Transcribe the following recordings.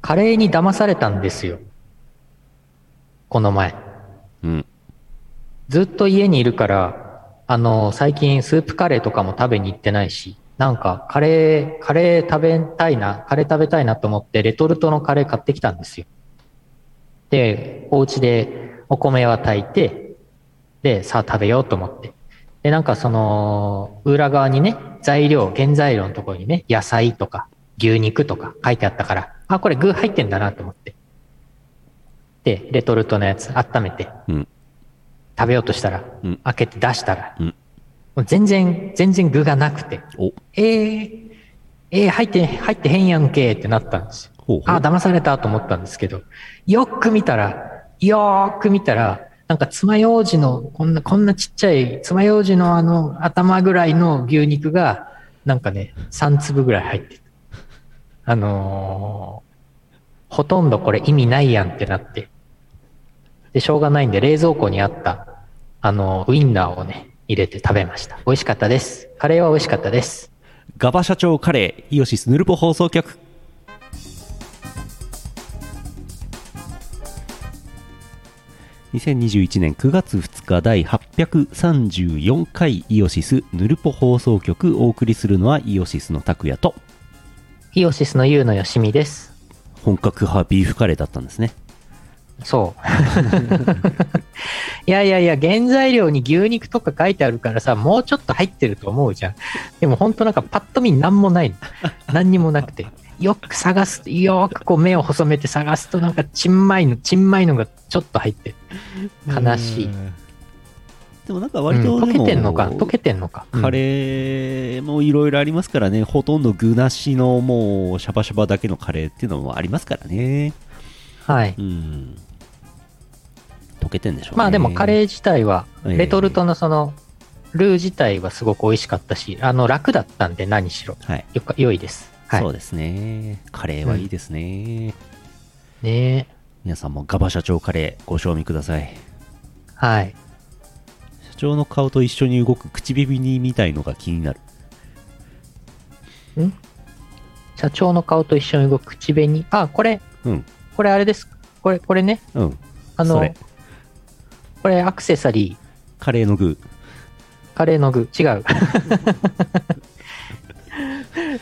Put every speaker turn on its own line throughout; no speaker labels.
カレーに騙されたんですよ。この前。
うん。
ずっと家にいるから、あの、最近スープカレーとかも食べに行ってないし、なんかカレー、カレー食べたいな、カレー食べたいなと思ってレトルトのカレー買ってきたんですよ。で、お家でお米は炊いて、で、さあ食べようと思って。で、なんかその、裏側にね、材料、原材料のところにね、野菜とか牛肉とか書いてあったから、あ、これ具入ってんだなと思って。で、レトルトのやつ温めて、
うん。
食べようとしたら、
うん
開けて出したら、
うん
もう全然、全然具がなくて、
お、
えー、えー、入って、入ってへんやんけってなったんですよ。
ほうほう
ああ、騙されたと思ったんですけど、よく見たら、よーく見たら、なんか爪楊枝の、こんな、こんなちっちゃい、爪楊枝のあの、頭ぐらいの牛肉が、なんかね、3粒ぐらい入ってた。あのーほとんどこれ意味ないやんってなって。で、しょうがないんで、冷蔵庫にあった、あのーウインナーをね、入れて食べました。美味しかったです。カレーは美味しかったです。
ガバ社長カレー、イオシスヌルポ放送局。2021年9月2日第834回イオシスヌルポ放送局お送りするのはイオシスの拓也と
イオシスのユウのよしみです。
本格派ビーフカレーだったんですね。
そう。いやいやいや、原材料に牛肉とか書いてあるからさ、もうちょっと入ってると思うじゃん。でも本当なんかパッと見何もないの。何にもなくて。よく探すと、よくこう目を細めて探すとなんかちんまいの、ちんまいのがちょっと入ってる。悲しい。
でもなんか割と、
うん溶けてんのか、溶け
て
てんのか。
カ
ー。
レーもいろいろありますからね、ほとんど具なしのもうシャバシャバだけのカレーっていうのもありますからね。
はい。
うん溶けてんでしょうね
まあでもカレー自体は、
ええ
レトルトのその、ルー自体はすごく美味しかったし、あの、楽だったんで何しろ。
はい、
よか、良いです。はい
そう。ですねカレーはいいですね、
ねえ
皆さんもガバ社長カレーご賞味ください
はい。
社長の顔と一緒に動く口紅みたいのが気になる
社長の顔と一緒に動く口紅。あ、これ、
うん
これあれです。これ、これね。
うん
あ
そ
の
れ、
これアクセサリー、
カレーの具
カレーの具。違う。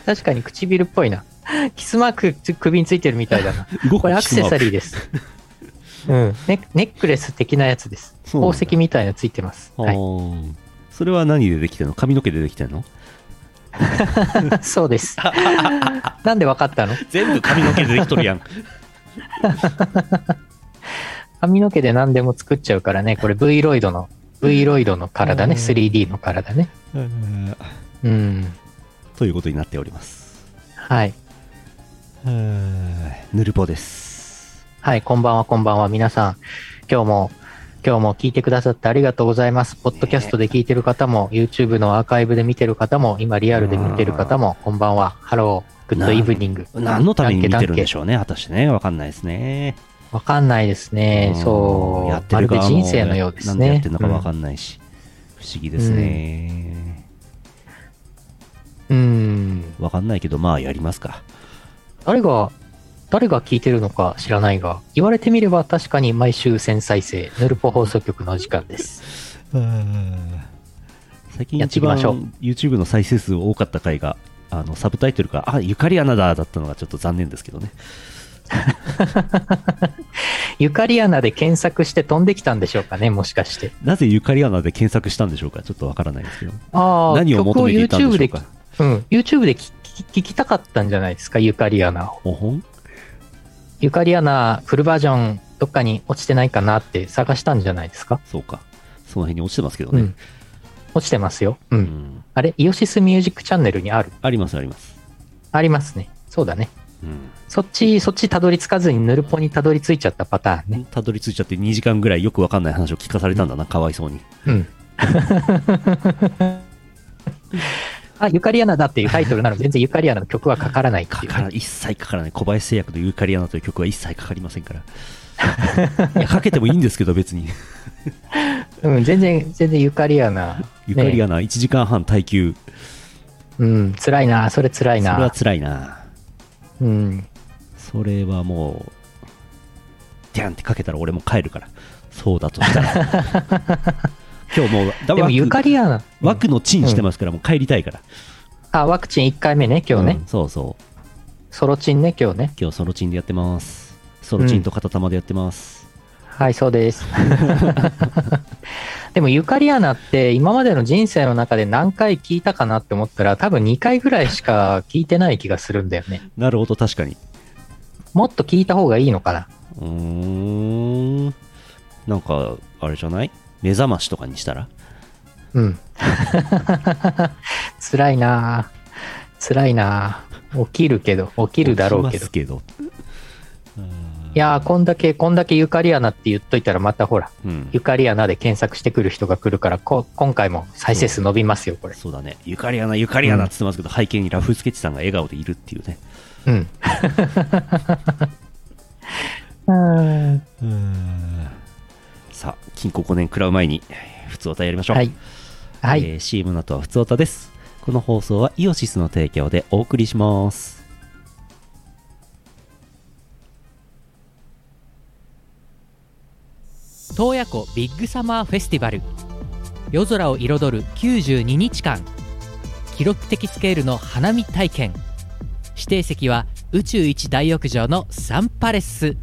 確かに唇っぽいな。キスマークつ首についてるみたいだ な。
動く
これアクセサリー
で
です。うん、ネネックレス的なやつです。
そうなん
宝
だ
石みたいなのついてます。はい、
それは何でできてるの髪の毛でできてるの
そう です。なんでわかったの
全部髪の毛でできとるや ん
髪の毛で何でも作っちゃうからね、これ V ロイドの、V ロイドの体ね、
うん
3D の体ね。うん。
ということになっております
はい。
ぬるぽです
はい、こんばんは、こんばんは、皆さん。今日も、今日も聞いてくださってありがとうございます。ポッドキャストで聞いてる方も、YouTube のアーカイブで見てる方も、今リアルで見てる方も、こんばんは。ハロー、グッドイブニング。
何のために見てるんでし
ょ
ょうね、果たしてね、わかんないですね。
うわかんないですね。
ん
そう。
やって
ま
る側
る
も
で人生のようです
なんで
ね。
やってるのかわか
うん
ないし、不思議ですね。
んうん。
わかんないけど、まあやりますか。
誰が、誰が聞いてるのか知らないが、言われてみれば確かに毎週1000再生、ヌルポ放送局のお時間です。
最近
やって
一
いきま
番
しょう
YouTube の再生数多かった回が、あのサブタイトルが、あ、ゆかり穴だだったのがちょっと残念ですけどね。
ゆかりアナで検索して飛んできたんでしょうかね、もしかして。
なぜゆかり穴で検索したんでしょうか、ちょっとわからないですけど。
ああ、
何を求めていたんでしょうか
曲。を YouTube で、うん、YouTube で聞き聞きたかったんじゃないですか、ゆかりアナを。
おほん
ゆかりアナ、フルバージョン、どっかに落ちてないかなって探したんじゃないですか。
そうか。その辺に落ちてますけど
う
ね
ん。。落ちてますよ。う。
うんん
あれ、イオシスミュージックチャンネルにある。
あります、あります。
ありますね。そうだね。
うん
そっち、そっちたどり着かずにヌルポにたどり着いちゃったパターンね。
たどり着いちゃって2時間ぐらいよくわかんない話を聞かされたんだな、かわいそうに。
うん。 あ、ゆかりアナだっていうタイトルなのに全然ゆかりアナの曲はかからないって
か
いう
から、一切かからない。小林製薬のユーカリアナという曲は一切かかりませんから。 いや、かけてもいいんですけど、別に。
うん、全然、全然ゆかりアナ。
ユーカリ
ア
アナ1時間半耐久。
うん、辛いな、それ辛い
それは
な。
辛いな。
うん。
それはもう、デャンってかけたら俺も帰るから。そうだとしたら。 今日もう、だ
でもゆかりやな。
枠のチンしてますから、もう帰りたいから。
あ、ワクチン1回目ね、今日ね。
うんそうそう。
ソロチンね、今日ね。
今日ソロチンでやってます。ソロチンと片玉でやってます。
はい、そうです。 でも、ゆかりアナって、今までの人生の中で何回聞いたかなって思ったら、多分2回ぐらいしか聞いてない気がするんだよね。
なるほど、確かに。
もっと聞いた方がいいのかな。
うーん。なんか、あれじゃない目覚ましとかにしたら
うん。 辛いなぁ辛いなぁ起きるけど、起きるだろうけ
起きま
ど
す。けど。
いやーこんだけ、こんだけゆかりアナって言っといたら、またほら、
うん
ゆ。かりアナで検索してくる人が来るから、こ今回も再生数伸びますよ、これ。
そうだね。ゆかりやな、ゆかりやなって言ってますけど、背景にラフスケッチさんが笑顔でいるっていうね。
うん。うん
さあ、金庫5年食らう前に、普通歌やりましょ う。
はい。はい。
えー、CM の後は普通歌です。この放送はイオシスの提供でお送りします。
洞爺湖ビッグサマーフェスティバル夜空を彩る92日間記録的スケールの花見体験指定席は宇宙一大浴場のサンパレス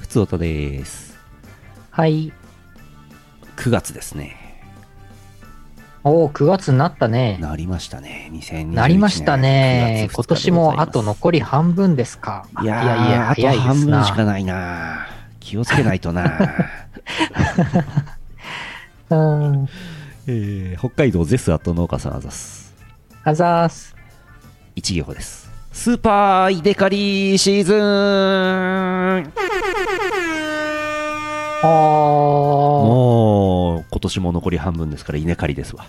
普通歌です。
はい。
9月ですね。
おお、9月になったね。
なりましたね。2021年。
なりましたね。今年
9月2日でございます
もあと残り半分ですか。
いやーあと
早いで
半
す
分しか
な。
ないな。気をつけないとな。
うん。
えー北海道ゼスアット農家さんあざす。
あざーす。
一行です。スーパーイデカリーシーズン
おー。
もう、今年も残り半分ですから、稲刈りですわ。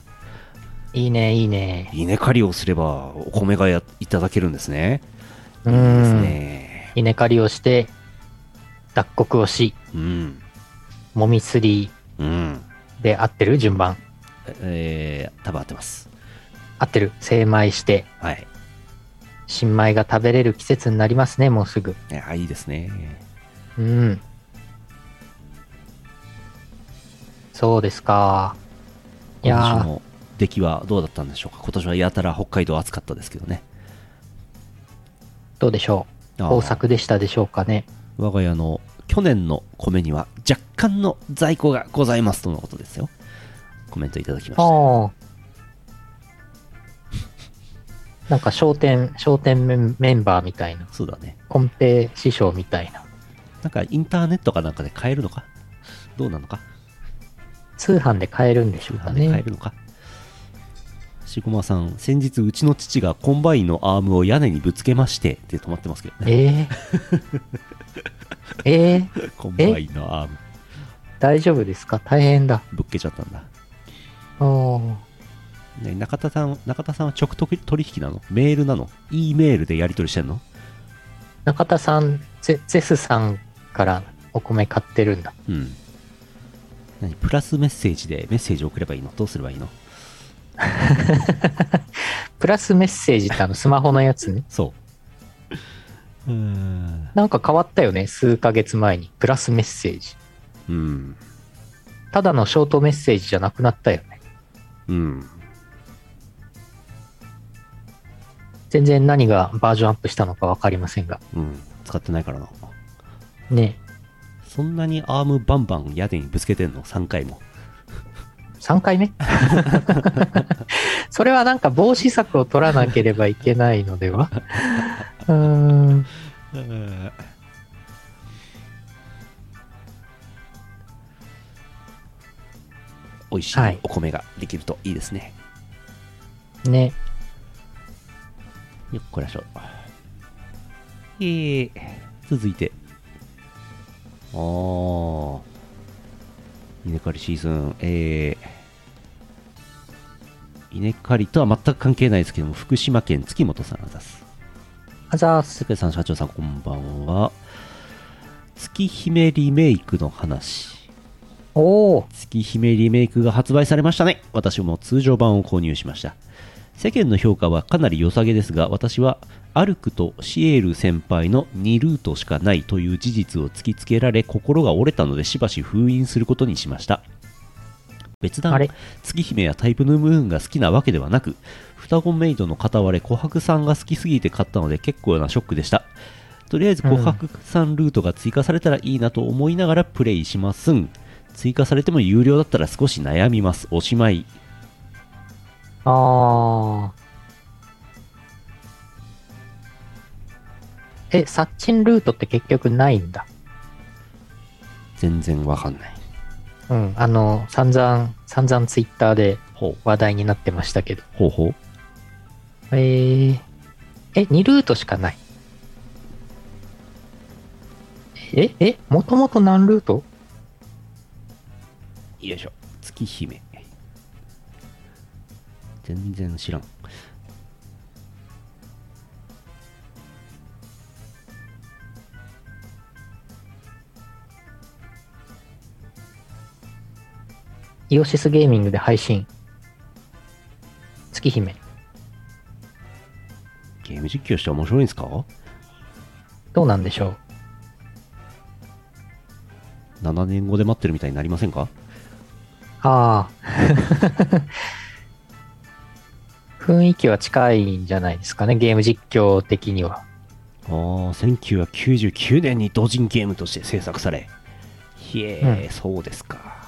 いいね、いいね。
稲刈りをすれば、お米がやいただけるんですね。
う
いいです
ん。
ね。
稲刈りをして、脱穀をし、
うん。
もみすり
うん。
で合ってる順番。
えー、多分合ってます。
合ってる。精米して、
はい。
新米が食べれる季節になりますね、もうすぐ。
いやいいですね。
うん。そうですか。いや
今年
ー
の出来はどうだったんでしょうか。今年はやたら北海道暑かったですけどね。
どうでしょう。
あー
豊作でしたでしょうかね。
我が家の去年の米には若干の在庫がございますとのことですよコメントいただきました
ああ。なんか商店、商店メンメンバーみたいな。
そうだね
コンペ師匠みたいな。
なんかインターネットかなんかで買えるのかどうなのか
通販で買えるんでし
通
ょうか
販で買え
ね。
るのかしごまさん先日うちの父がコンバインのアームを屋根にぶつけましてって止まってますけどね
ええええ
コンバインのアーム
大丈夫ですか大変だ。
ぶっけちゃったんだ、
おー
ね、中田さん中田さんは直取取引なのメールなの E メールでやり取りしてんの
中田さんゼ、ゼスさんからお米買ってるんだ。
うん。何プラスメッセージでメッセージ送ればいいのどうすればいいの
プラスメッセージってあのスマホのやつね。
そう。うーん。
なんか変わったよね、数ヶ月前に。プラスメッセージ。
うん。
ただのショートメッセージじゃなくなったよね。
うん。
全然何がバージョンアップしたのかわかりませんが。
うん。使ってないからな。
ね
そんなにアームバンバン屋根にぶつけてんの ?3 回も。
3回目 それはなんか防止策を取らなければいけないのではうーん。
美味しい
はい
お米ができるといいですね。
ね。
よっこらしょ。えー、続いて。あー。稲刈りシーズン、えー。稲刈りとは全く関係ないですけども福島県月本さんあざす
あざーす。
世界さん社長さんこんばんは月姫リメイクの話
おお
月姫リメイクが発売されましたね私も通常版を購入しました世間の評価はかなり良さげですが私はアルクとシエル先輩の2ルートしかないという事実を突きつけられ心が折れたのでしばし封印することにしました別
あ
段
れ
月姫やタイプヌームーンが好きなわけではなく双子メイドの片割れ琥珀さんが好きすぎて買ったので結構なショックでしたとりあえず琥珀さんルートが追加されたらいいなと思いながらプレイしますん追加されても有料だったら少し悩みますおしまい
あー。え、殺人ルートって結局ないんだ。
全然わかんない
うん。あの、散々、散々ツイッターで
ほう
話題になってましたけど。
ほうほう
えー、え、2ルートしかない。え、え、もともと何ルート
よいしょ月姫全然知らん
イオシスゲーミングで配信。月姫。
ゲーム実況して面白いんですか
どうなんでしょう
7年後で待ってるみたいになりませんか
ああ。 雰囲気は近いんじゃないですかね、ゲーム実況的には。
あー1999年に同人ゲームとして制作されひえー、
うん
そうですか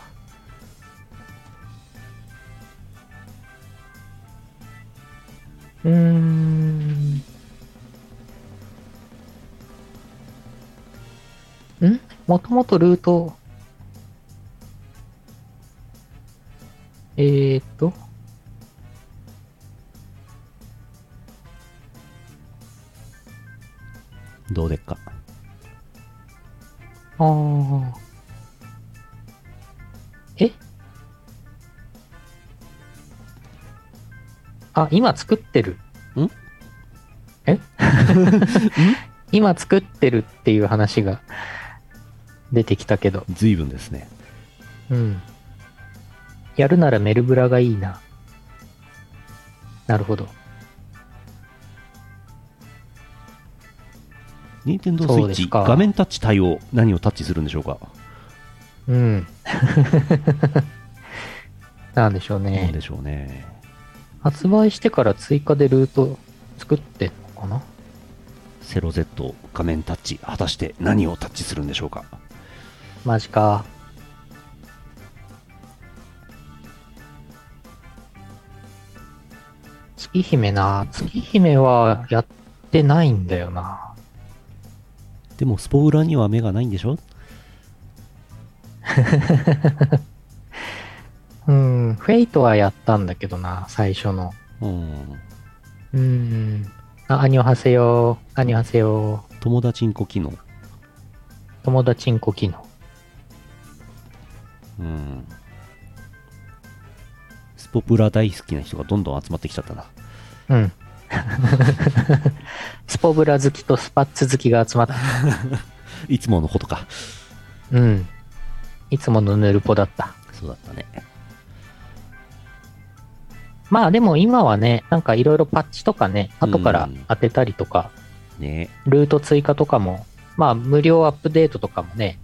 うーん。んもともとルート。えーっと。
どうでっか
ああ。えあ、今作ってる。
ん
え 今作ってるっていう話が出てきたけど。
随分ですね
うん。やるならメルブラがいいな。なるほど。
任天堂スイ
そう
ッ
で
チ
すか
画面タッチ対応何をタッチするんでしょうか
うん。 なんでしょう
ど
ね
う。でしょうね
発売してから追加でルート作ってんのかな
セロ Z 画面タッチ果たして何をタッチするんでしょうか
マジか。月姫な。月姫はやってないんだよな。
でもスポ裏には目がないんでしょ
うん。フェイトはやったんだけどな、最初の。
うん
うん。あ、アニョハセヨアニョハセヨ
友達んこ機能
友達んこ機能。
うんスポプラ大好きな人がどんどん集まってきちゃったな
うん。 スポブラ好きとスパッツ好きが集まった。
いつものことか
うん。いつものヌルポだった。
そうだったね
まあでも今はね、なんかいろいろパッチとかね、後から当てたりとか、
ね
ルート追加とかも、まあ無料アップデートとかもね、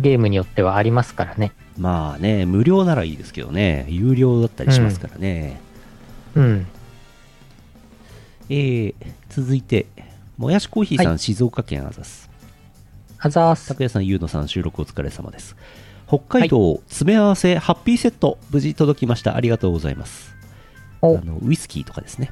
ゲームによってはありますからね。
まあね無料ならいいですけどね有料だったりしますからね、
うん。
えー、続いてもやしコーヒーさん、
は
静岡県あざす
あざーす。
拓也さん、ゆうのさん、収録お疲れ様です。北海道、詰め合わせハッピーセット、無事届きました。ありがとうございます。あ
お
のウイスキーとかですね、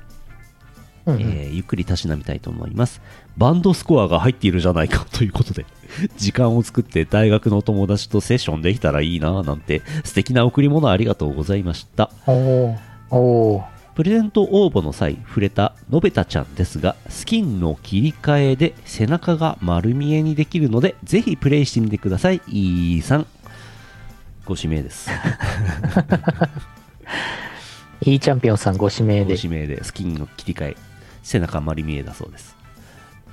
うんう
え
ん
ーゆっくりたしなみたいと思います。バンドスコアが入っているじゃないかということで、 時間を作って大学の友達とセッションできたらいいなぁなんて、素敵な贈り物ありがとうございました。
おーおー
プレゼント応募の際触れたのべたちゃんですがスキンの切り替えで背中が丸見えにできるのでぜひプレイしてみてくださいイーさんご指名です
ヒーチャンピオンさんご指名
ご
で。
指名でスキンの切り替え背中丸見えだそうです、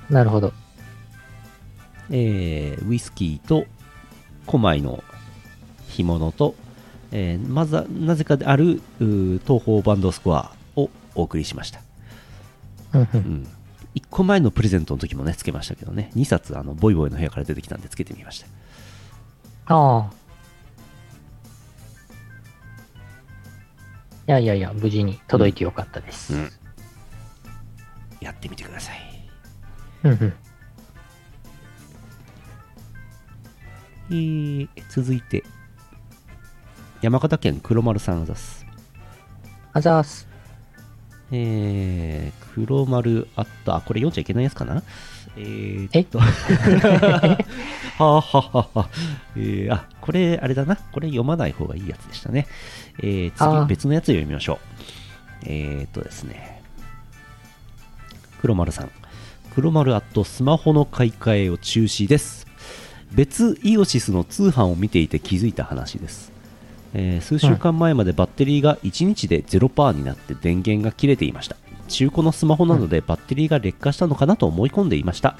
なるほど。
えーウイスキーと古米の干物と、えーまずはなぜかであるうー東宝バンドスコアをお送りしました、
うんう
うんん、1個前のプレゼントの時もねつけましたけどね2冊あのボイボイの部屋から出てきたんでつけてみました
ああ。いやいやいや、無事に届いてよかったです。
うんやってみてください
うんうん
えー続いて山形県黒丸さんあざす
あざーす。
えー、黒丸あったあこれ読んじゃいけないやつかなえー、
え
っとは あはあはあ、えー、あこれあれだなこれ読まない方がいいやつでしたねえー、
あー
次別のやつ読みましょうえー、っとですね黒丸さん黒丸アットスマホの買い替えを中止です別イオシスの通販を見ていて気づいた話です、えー数週間前までバッテリーが1日で0%になって電源が切れていました中古のスマホなのでバッテリーが劣化したのかなと思い込んでいました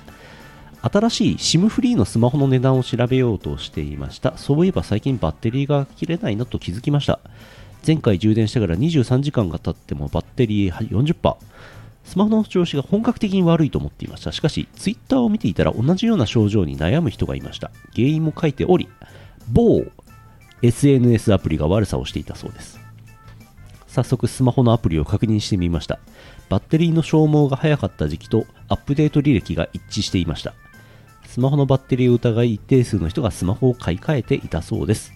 新しい SIM フリーのスマホの値段を調べようとしていましたそういえば最近バッテリーが切れないなと気づきました前回充電してから23時間が経ってもバッテリー40%スマホの調子が本格的に悪いと思っていましたしかしツイッターを見ていたら同じような症状に悩む人がいました原因も書いており某 SNS アプリが悪さをしていたそうです早速スマホのアプリを確認してみましたバッテリーの消耗が早かった時期とアップデート履歴が一致していましたスマホのバッテリーを疑い一定数の人がスマホを買い替えていたそうです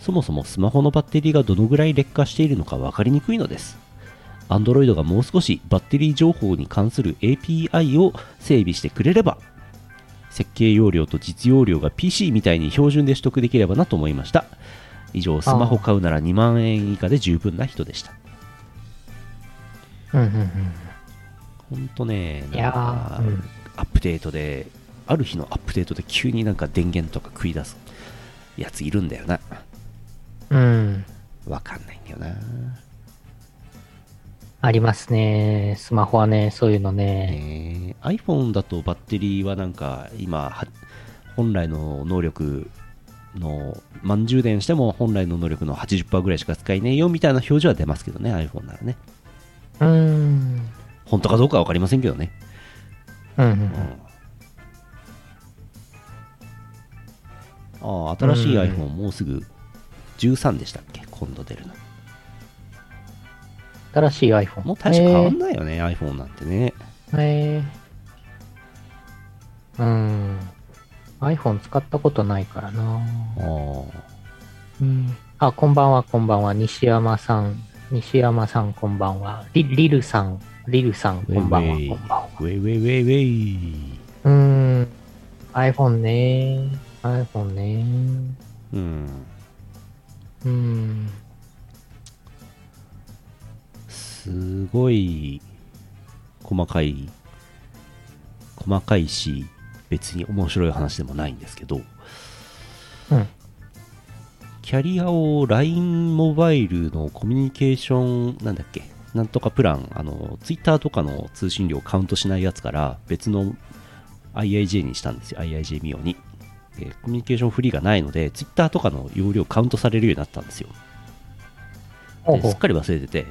そもそもスマホのバッテリーがどのぐらい劣化しているのか分かりにくいのです Android がもう少しバッテリー情報に関する API を整備してくれれば設計容量と実容量が PC みたいに標準で取得できればなと思いました以上スマホ買うなら2万円以下で十分な人でした
うんうんうん。
ほんとね、
いや
なんか
ーうん
アップデートで、ある日のアップデートで急になんか電源とか食い出すやついるんだよな。
うん。
わかんないんだよな。
ありますね。スマホはね、そういうのね。
ねえ iPhone だとバッテリーはなんか今、は本来の能力の、満充電しても本来の能力の80%ぐらいしか使えねえよみたいな表示は出ますけどね、iPhone ならね。
うーん。
本当かどうかは分かりませんけどね。
うんう
うん
ん。
ああ新しい
うん
iPhone もうすぐ13でしたっけ今度出るの
新しい iPhone。
もう大して変わんないよね、iPhone なんてね。
えー、うーん。iPhone 使ったことないからな。
あー
うん。あ、こんばんは、こんばんは。西山さん。西山さん、こんばんは。リリルさん。リルさん、こんばんは、
ウェイウェイ
こんばんは。
ウェイウェイウェイウェイ。
うーん。iPhone ね。iPhone ね。
うん。
うん。
すごい細かい、細かいし、別に面白い話でもないんですけど、
うん。
キャリアを LINE モバイルのコミュニケーション、なんだっけ、なんとかプラン、あの、Twitter とかの通信量カウントしないやつから別の IIJ にしたんですよ、IIJ ミオに。でコミュニケーションフリーがないので、Twitter とかの容量カウントされるようになったんですよ。
ほう
で
ほ
すっ
う。
かり忘れてて、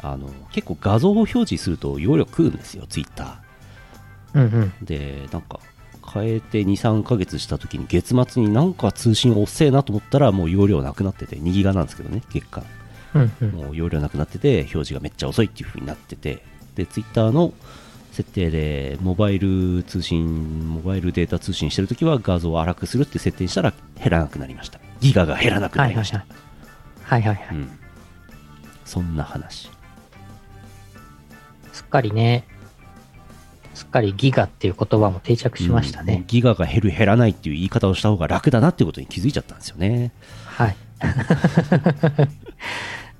あの、結構画像を表示すると容量食うんですよ、Twitter。
うんうん。
でなんか変えて23ヶ月した時に月末になんか通信遅えなと思ったらもう容量なくなってて2ギガなんですけどね月間
うんうん。
もう容量なくなってて表示がめっちゃ遅いっていう風になっててで Twitter の設定でモバイル通信モバイルデータ通信してる時は画像を荒くするって設定したら減らなくなりましたギガが減らなくな
はい
り
は
ま
い
した、
はい。はいはいはい。
うん、そんな話
すっかりね。すっかりギガっていう言葉も定着しました
うんも
ね
う。ギガが減る減らないっていう言い方をした方が楽だなっていうことに気づいちゃったんですよね
はい。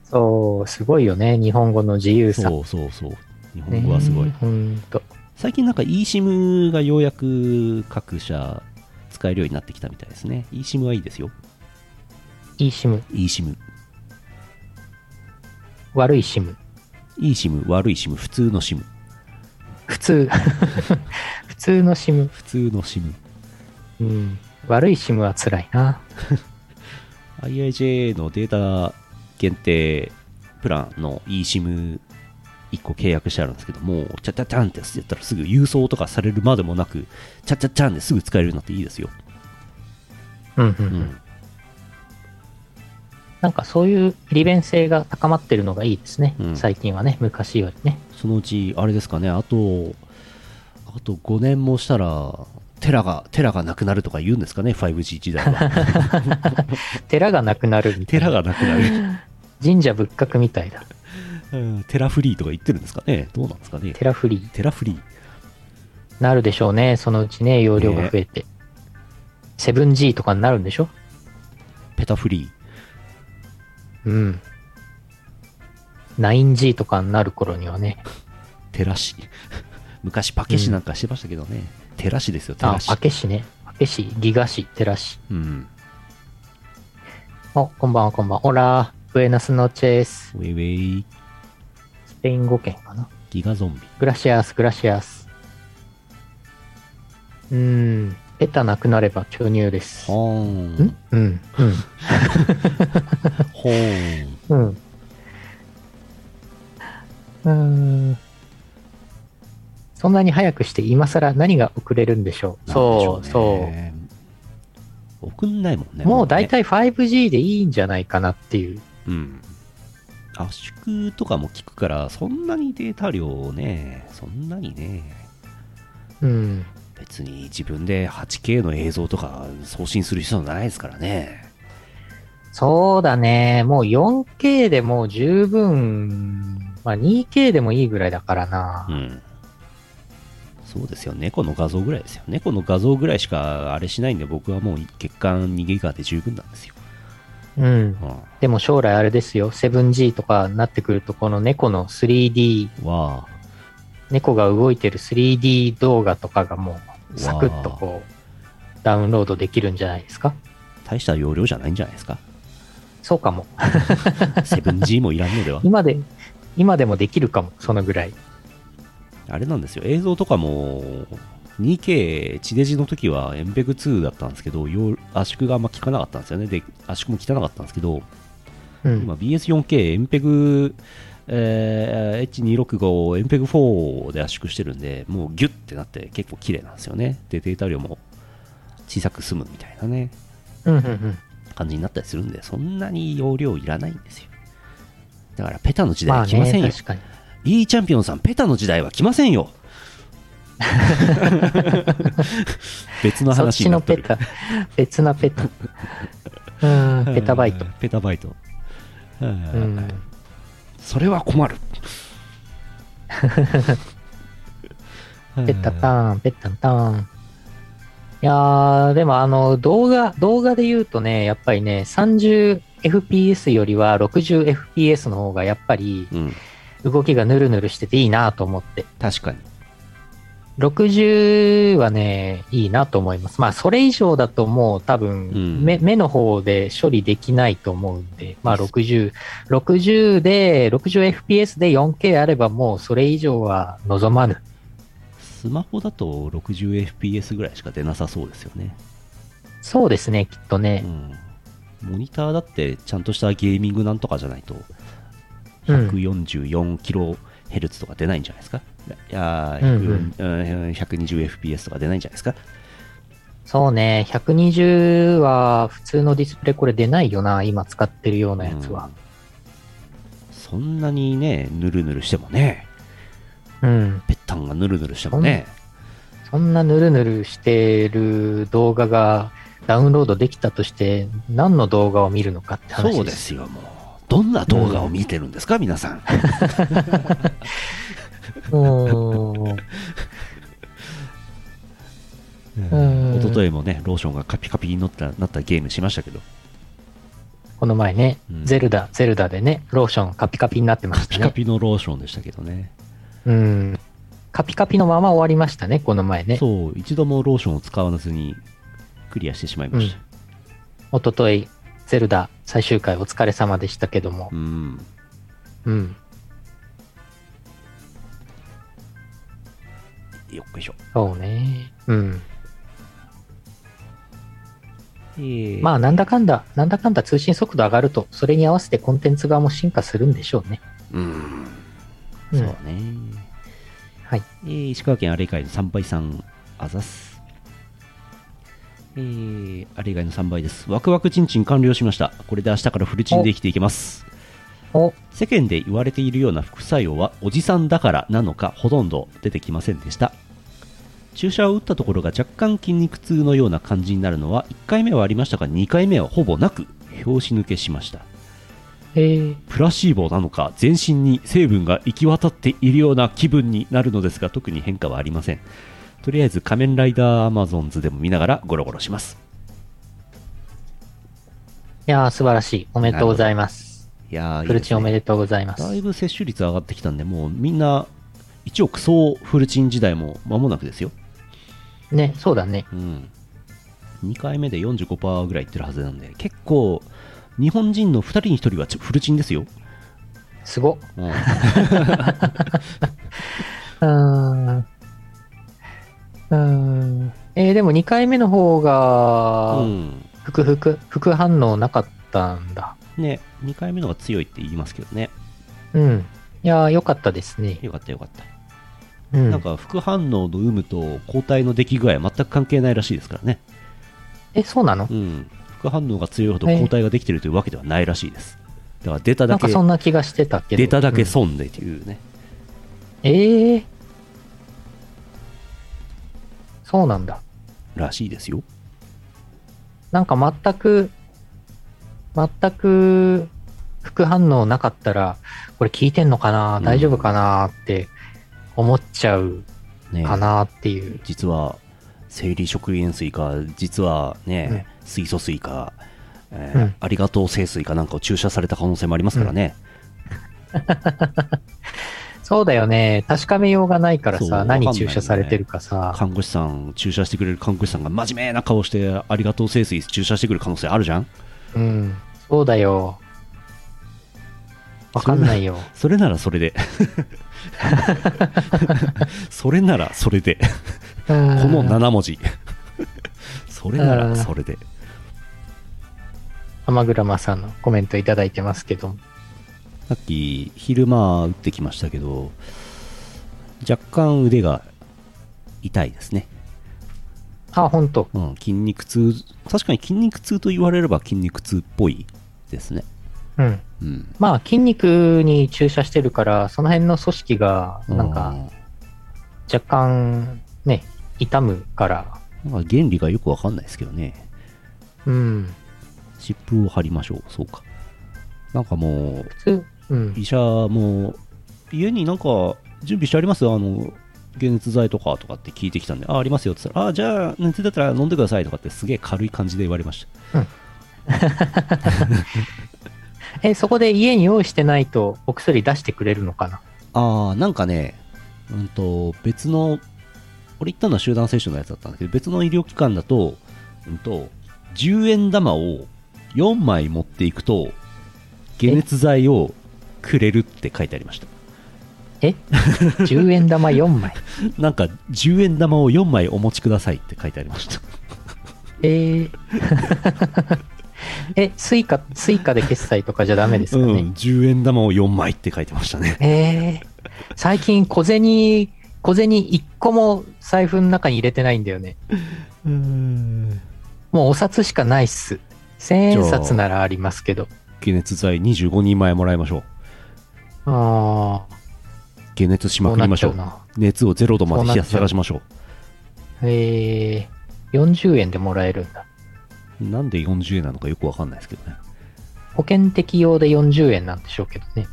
そう、すごいよね。日本語の自由さ。
そうそうそう日本語はすごい、
ねほんと。
最近なんか eSIM がようやく各社使えるようになってきたみたいですね eSIM はいいですよ
いいシム。
eSIM
悪いシム。
いいシム、悪いシム、普通のシム。
普通。 普通のシム。
普通のシム。
うん。悪いシムは辛いな。
IIJ のデータ限定プランの eSIM1 個契約してあるんですけども、チャチャチャンってやったらすぐ郵送とかされるまでもなく、チャチャチャンですぐ使えるようになっていいですよ。
うんうんう。
うんん。
なんかそういう利便性が高まってるのがいいですね。
うん
最近はね、昔よりね。
そのうち、あれですかね、あと、あと5年もしたら、テラが、テラがなくなるとか言うんですかね、5G 時代は。
寺がなくなるみた
テ
いな。
ラがなくなる。
神社仏閣みたいだ。
うんテラフリーとか言ってるんですかね。どうなんですかね。
寺フリー。
テラフリー。
なるでしょうね。そのうちね、容量が増えて。セブン G とかになるんでしょ
ペタフリー。
うん。9G とかになる頃にはね。
テラ市 昔パケ市なんかしてましたけどね、テラ市ですよテ
あ
ラ、市
パケ市ね。パケ市、ギガ市、テラ市。
うん
お、こんばんは、こんばんは。オラー、ブエナスノチェス。
ウェイウェイ
スペイン語圏かな。
ギガゾンビ
グラシアス、グラシアス。うーん。ペタなくなれば巨乳です。ん
ほーん
うん。
ほーん
うん。うん。うーん。そんなに早くして今更何が遅れるんでしょう。そう、そう。
う送んないもんね
もう
だ
大
いたい
体 5G でいいんじゃないかなっていう。
うん圧縮とかも効くからそんなにデータ量をねそんなにね
うん。
別に自分で 8K の映像とか送信する必要ないですからね
そうだね。もう 4K でもう十分、まあ 2K でもいいぐらいだからな
う。んそうですよ猫の画像ぐらいですよ猫の画像ぐらいしかあれしないんで僕はもう月間2ギガで十分なんですよ、
うん。
う
でも将来あれですよ。7G とかになってくると、この猫の 3D、
ん、わあ
猫が動いてる 3D 動画とかがもう、サクッとこう、ダウンロードできるんじゃないですか。
大した容量じゃないんじゃないで すか
そうかも。
7G もいらんのでは
今で、今でもできるかも。そのぐらい。
あれなんですよ映像とかも 2K 地デジの時は MPEG2 だったんですけど容圧縮があんま効かなかったんですよねで圧縮も汚かったんですけど
うん。
今 BS4K MPEG えー H265、MPEG4 で圧縮してるんで、もうギュッてなって結構綺麗なんですよね。で、データ量も小さく済むみたいなね、
うんうんうん。
感じになったりするんで、そんなに容量いらないんですよ。だから、ペタの時代
まあ
は来ませんよ。
ね、確かに。
いいチャンピオンさん、ペタの時代は来ませ んよ。別の
そっ
話
ち
にな
の
っと
ペ
る。
タ。 別なペタ。うーん、ペタバイト
うん。。ペタバイト。うん
うん。
それは 困る。
ペッタターン、ペッタンターン。いやー、でもあの、動画、動画で言うとね、やっぱりね、30fps よりは 60fps の方がやっぱり
うん、
動きがヌルヌルしてていいなと思って。
確かに。
60はね、いいなと思います。まあ、それ以上だともう多分、
うん
目、目の方で処理できないと思うんで、まあ、
です
60、60で、60fps で 4K あればもうそれ以上は望まぬ。
スマホだと 60fps ぐらいしか出なさそうですよね。
そうですね、きっと
う
ね。
ん、モニターだって、ちゃんとしたゲーミングなんとかじゃないと、
うん。
144kHz とか出ないんじゃないですか。いや
うん
ー、140 120fps とか出ないんじゃないですか。
そうね、120は普通のディスプレイこれ出ないよな、今使ってるようなやつは。
うんそんなにね、ぬるぬるしてもね、
うん。
ぺったんがぬるぬるしてもね、
そんなヌルヌルしてる動画がダウンロードできたとして、何の動画を見るのかって話
そうですよ、もう。どんな動画を見てるんですか、皆さん。
うーん。ん
一昨日もね、ローションがカピカピになったなったゲームしましたけど、
この前ね、
うん
ゼルダ、ゼルダでね、ローションカピカピになってま
カ
した
ピ
ね。
カピのローションでしたけどね。
うん。カピカピのまま終わりましたね、この前ね。
そう、一度もローションを使わずにクリアしてしまいました。
一昨日ゼルダ最終回お疲れ様でしたけども
う、ん。
ううん。
よっこいしょ。
そうね。うん。
えー
まあ、なんだかんだ、なんだかんだ通信速度上がると、それに合わせてコンテンツ側も進化するんでしょうね。
うん。
うん
そうね。
はい。
えー石川県アレ以外の3倍さん、あざっす。えー、あれ以外の3倍です。ワクワクチンチン完了しました。これで明日からフルチンで生きていけます。
お、
世間で言われているような副作用はおじさんだからなのかほとんど出てきませんでした注射を打ったところが若干筋肉痛のような感じになるのは1回目はありましたが2回目はほぼなく拍子抜けしました
えー、
プラシーボなのか全身に成分が行き渡っているような気分になるのですが特に変化はありませんとりあえず仮面ライダーアマゾンズでも見ながらゴロゴロします
いやー素晴らしい。おめでとうございます。
いやーい
フ
い
ル
です
チ
ね
ンおめでとうございます。
だいぶ接種率上がってきたんで、もうみんな、一億総フルチン時代も間もなくですよ。
ね、そうだね。
うん。2回目で45%ぐらいいってるはずなんで、結構、日本人の2人に1人はちょフルチンですよ。
すごっ。
うん、
うーん。うーん。えーでも2回目の方が
う、ん
副副、副反応なかったんだ。
ね、2回目の方が強いって言いますけどね。
うん。いやー良かったですね。
よかったよかった。
うん。
なんか、副反応の有無と抗体の出来具合は全く関係ないらしいですからね。
え、そうなの
うん。副反応が強いほど抗体ができてるというわけではないらしいです。だから出た
な
だ
んか
け、
そんな気がしてたけど。
出ただけ
うん
損でというね。
ええそうなんだ。
らしいですよ。
なんか全く、全く副反応なかったら、これ聞いてんのかな、
うん
大丈夫かなって思っちゃう
ね
かなっていう。
実は生理食塩水か実はね、水素水か、えー
うん
ありがとう清水かなんかを注射された可能性もありますからね、
そうだよね。確かめようがないから
そう
さ、
わ
何
かんないよ
注
ね
射されてるかさ。
看護師さん注射してくれる看護師さんが真面目な顔してありがとう清水注射してくる可能性あるじゃん
うん。そうだよ。わかんないよ。
それならそれで それならそれで
こ
この
の
7文字それならそれで
天倉マさんのコメントいただいてますけども。
さっき昼間打ってきましたけど若干腕が痛いですね
あ、ほんと。
うん、筋肉痛、確かに筋肉痛と言われれば筋肉痛っぽいですね。
うん。
うん。
まあ筋肉に注射してるから、その辺の組織がなん
う
か若干ね、痛むから、
ん、なんか原理がよくわかんないですけどね。
うん、
湿布を貼りましょう。そうか。なんかも
普通、う
う、
ん、
医者も、家になんか準備してありますあの、解熱剤とかとかって聞いてきたんで、あ、ありますよって言ったら、あ、じゃあ、熱だったら飲んでくださいとかってすげえ軽い感じで言われました。
え、そこで家に用意してないとお薬出してくれるのかな
ああ、なんかね、うんと、別の、俺行ったのは集団接種のやつだったんだけど、別の医療機関だと、うんと、10円玉を4枚持っていくと、解熱剤をくれるって書いてありました。
え ?10 円玉4枚。
なんか、10円玉を4枚お持ちくださいって書いてありました。
えー え、スイカ、スイカで決済とかじゃダメです
う
か
ん、
ね、
10円玉を4枚って書いてましたね。
えー最近小銭、小銭1個も財布の中に入れてないんだよね。
うん。
もうお札しかないっす。千円札ならありますけど。
解熱剤25人前もらいましょう。
ああ、
解熱しま
そう
く
な
り
っ
まし
ちゃ
ょ
う
う。
な。
熱を0度まで冷やさらしましょう。
えー、40円でもらえるんだ。
なんで40円なのかよくわかんないですけどね。
保険適用で40円なんでしょうけどね。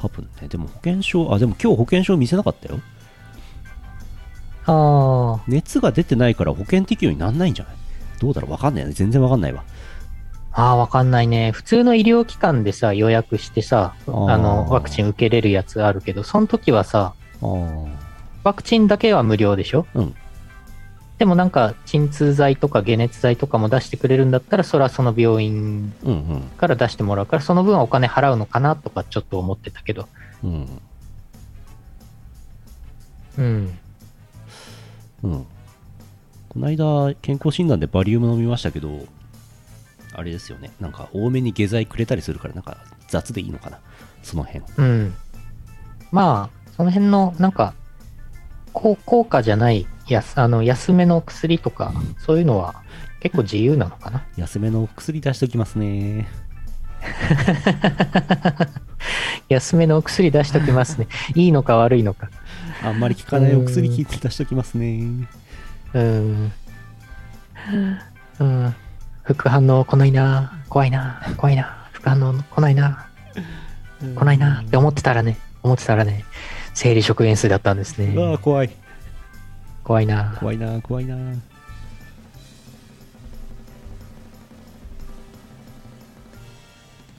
多分ね、でも保険証、あ、でも今日保険証見せなかったよ。
ああ、
熱が出てないから保険適用になんないんじゃないどうだろうわかんないね。全然わかんないわ。
ああ、わかんないね。普通の医療機関でさ、予約してさ、
あ
あの、ワクチ
ン。
ン受けれるやつあるけど、その時はさ、
あー
ワクチンだけは無料でしょ
うん。
でもなんか鎮痛剤とか解熱剤とかも出してくれるんだったらそれはその病院
うん
から出してもらうからその分はお金払うのかなとかちょっと思ってたけど
うんうん
うん
うんこの間健康診断でバリウム飲みましたけどあれですよねなんか多めに下剤くれたりするからなんか雑でいいのかなその辺
うんまあその辺のなんか高効果じゃないやすあの安めの薬とかそういうのは結構自由なのかな
安めのお薬出しておきますね
安めのお薬出しとき ますねいいのか悪いのか
あんまり効かないお薬聞いて出しておきますね
うーん。うん。副反応来ないな。怖いな。怖いな。副反応来ないな。来ないな。って思ってたらね、思ってたらね、生理食塩水だったんです
うわ
ね
あ。怖い
怖いな。
怖いな怖いな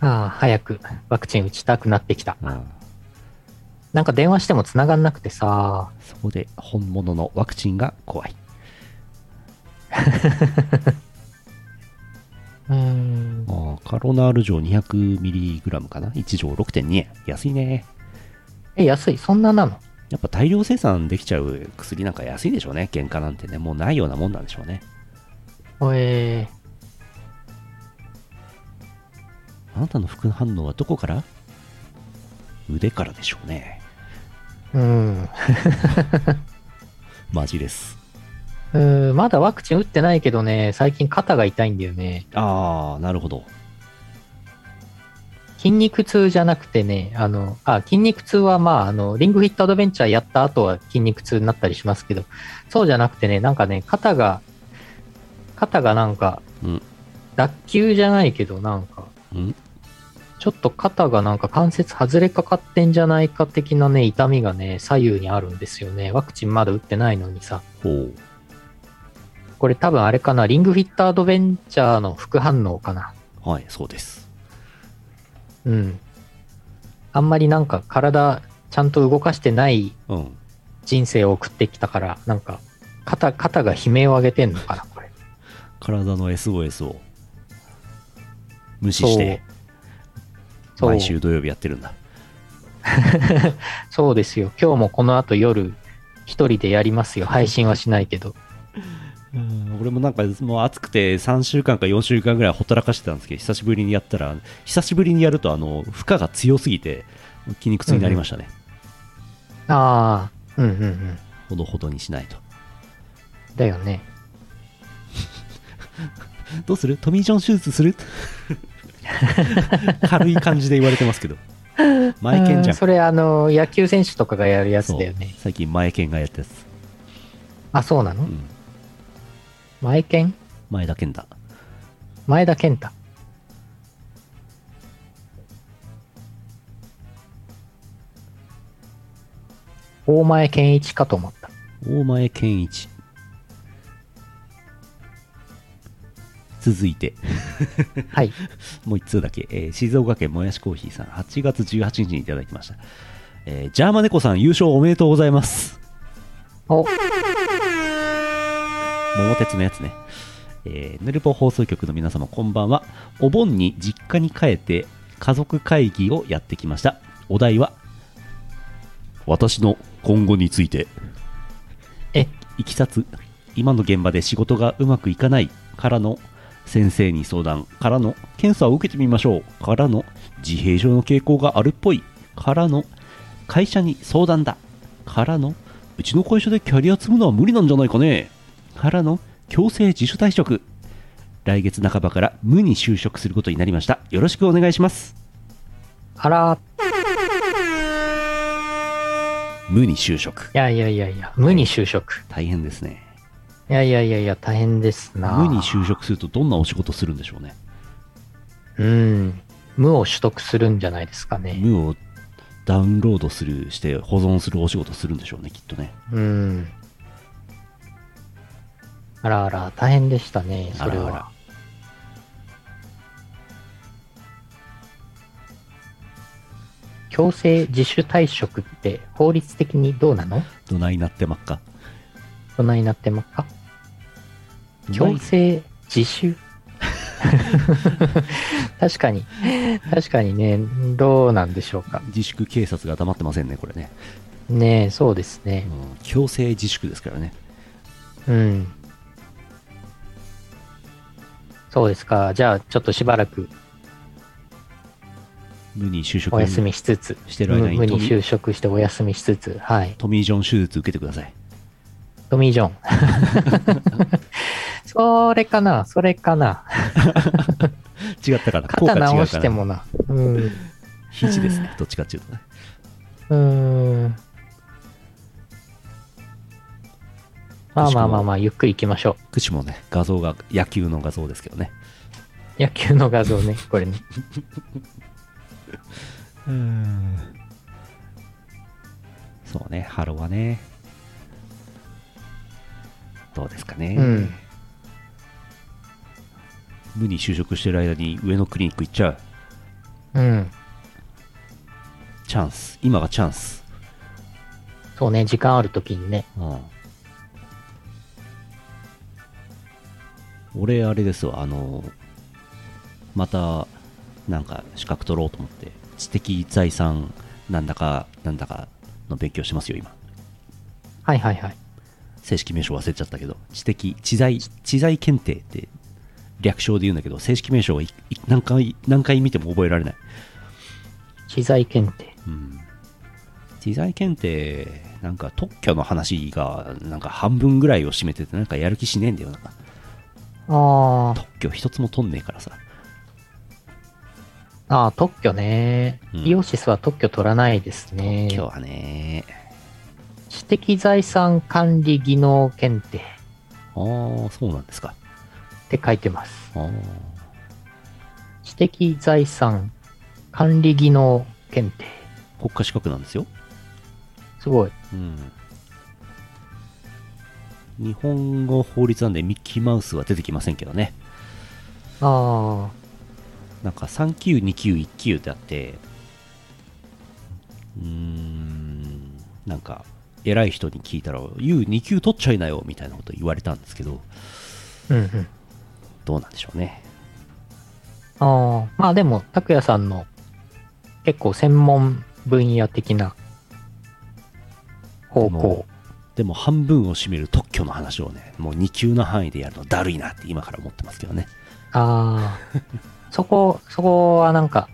ああ、早くワクチン打ちたくなってきた。
あ
なんか電話しても繋がんなくてさ。
そこで本物のワクチンが怖い
うーん。
ああカロナール錠 200mg かな1錠6.2円安いね
え、安い。そんななの
やっぱ大量生産できちゃう薬なんか安いでしょうね原価なんてねもうないようなもんなんでしょうね
え
あなたの副反応はどこから腕からでしょうね
ー、うん。
マジです
うーん。まだワクチン打ってないけどね、最近肩が痛いんだよね。
ああなるほど
筋肉痛じゃなくてね、あの、あ、筋肉痛はまあ、あの、リングフィットアドベンチャーやった後は筋肉痛になったりしますけど、そうじゃなくてね、なんかね、肩が、肩がなんか、
うん
脱臼じゃないけど、なんか、
うん
ちょっと肩がなんか関節外れかかってんじゃないか的なね、痛みがね、左右にあるんですよね。ワクチンまだ打ってないのにさ。
ほう
これ多分あれかな、リングフィットアドベンチャーの副反応かな。
はいそうです
うん。あんまりなんか体ちゃんと動かしてない
うん
人生を送ってきたから、なんか肩、肩が悲鳴を上げてんのかな、これ。
体の SOS を無視して
そう
毎週土曜日やってるんだ
そうですよ。今日もこの後夜、一人でやりますよ。配信はしないけど。
うん俺もなんかもう暑くて3週間か4週間ぐらいほったらかしてたんですけど久しぶりにやったら久しぶりにやるとあの負荷が強すぎて筋肉痛になりましたね、
ああ、うんうんうん。
ほどほどにしないと
だよね。
どうするトミー・ジョン手術する 軽い感じで言われてますけどマエケンじ
うん
ゃん
それ、あの、野球選手とかがやるやつ
そう
だよね。
最近マエケンがやったやつ、
あ、そうなの
うん
前健
前田健太
前田健太。大前健一かと思 った。
大前健一続いて
はい。
もう1通だけ、えー静岡県もやしコーヒーさん、8月18日にいただきました。えージャーマネコさん、優勝おめでとうございます。
お、
桃鉄のやつね。えー、ヌルポ放送局の皆様、こんばんは。お盆に実家に帰って、家族会議をやってきました。お題は、私の今後について。
え、
いきさつ今の現場で仕事がうまくいかないからの先生に相談からの検査を受けてみましょうからの自閉症の傾向があるっぽいからの会社に相談だからのうちの会社でキャリア積むのは無理なんじゃないかねからの強制自主退職来月半ばから無に就職することになりましたよろしくお願いします
あらー、
無に就職
いやいやいやいや、無に就職。
大変ですね
いやいやいやいや、大変ですな。
無に就職するとどんなお仕事するんでしょうね
うん。無を取得するんじゃないですかね。
無をダウンロードするして保存するお仕事するんでしょうねきっとね
うん。あらあら、大変でしたね、それは。
あらあら
強制自主退職って法律的にどうなの
どないなってまっか
どないなってますか強制自 主確かに確かにねどうなんでしょうか
自粛警察が黙ってませんねこれね、
ねえそうです
う
ね
ん強制自粛ですからね
うんそうですかじゃあちょっとしばらく
無に就職
お休みしつつ
してる間
無
に
無
ト
に
ミ
就職してお休みしつつはい
トミー・ジョン手術受けてください
トミー・ジョン それかなそれかな
違ったから
肩直
効果
し
違
て
うから
もなうん
肘ですねどっちかっていう とね
うーん。まあまあまあまあ、ゆっくり行きましょ
くしもね画像が野球の画像ですけどね
う。野球の画像 ね、これね。
そうねハロはねどうですかね、
うん
無に就職してる間に上のクリニック行っちゃう
うん。
チャンス今がチャンス、
そうね、時間あるときにね。
うん、俺あれですわあのまたなんか資格取ろうと思って知的財産なんだかなんだかの勉強してますよ今
はいはいはい。
正式名称忘れちゃったけど知的知財知財検定って略称で言うんだけど正式名称はいい何回何回見ても覚えられない、
知財検定。
うん、知財検定なんか特許の話がなんか半分ぐらいを占めててなんかやる気しねえんだよな
あー
特許一つも取んねえからさ
あー、特許ね、
うん
イオシスは特許取らないですね
今。日はね
知的財産管理技能検定っ
ああそうなんですか
て書いてます。
ああ
知的財産管理技能検定。
国家資格なんですよ
すごい。
うん日本語法律なんでミッキーマウスは出てきませんけどね
あ
なんか3級、2級、1級ってあって、うーん、なんか、偉い人に聞いたら、U2 級取っちゃいなよみたいなこと言われたんですけど、
あ。うんうん。
どうなんでしょうね。
ああ、まあでも、拓也さんの結構専門分野的な方向。
でも、半分を占める特許の話をね、もう2級の範囲でやるのだるいなって今から思ってますけどね。
ああ、そこ、そこはなんか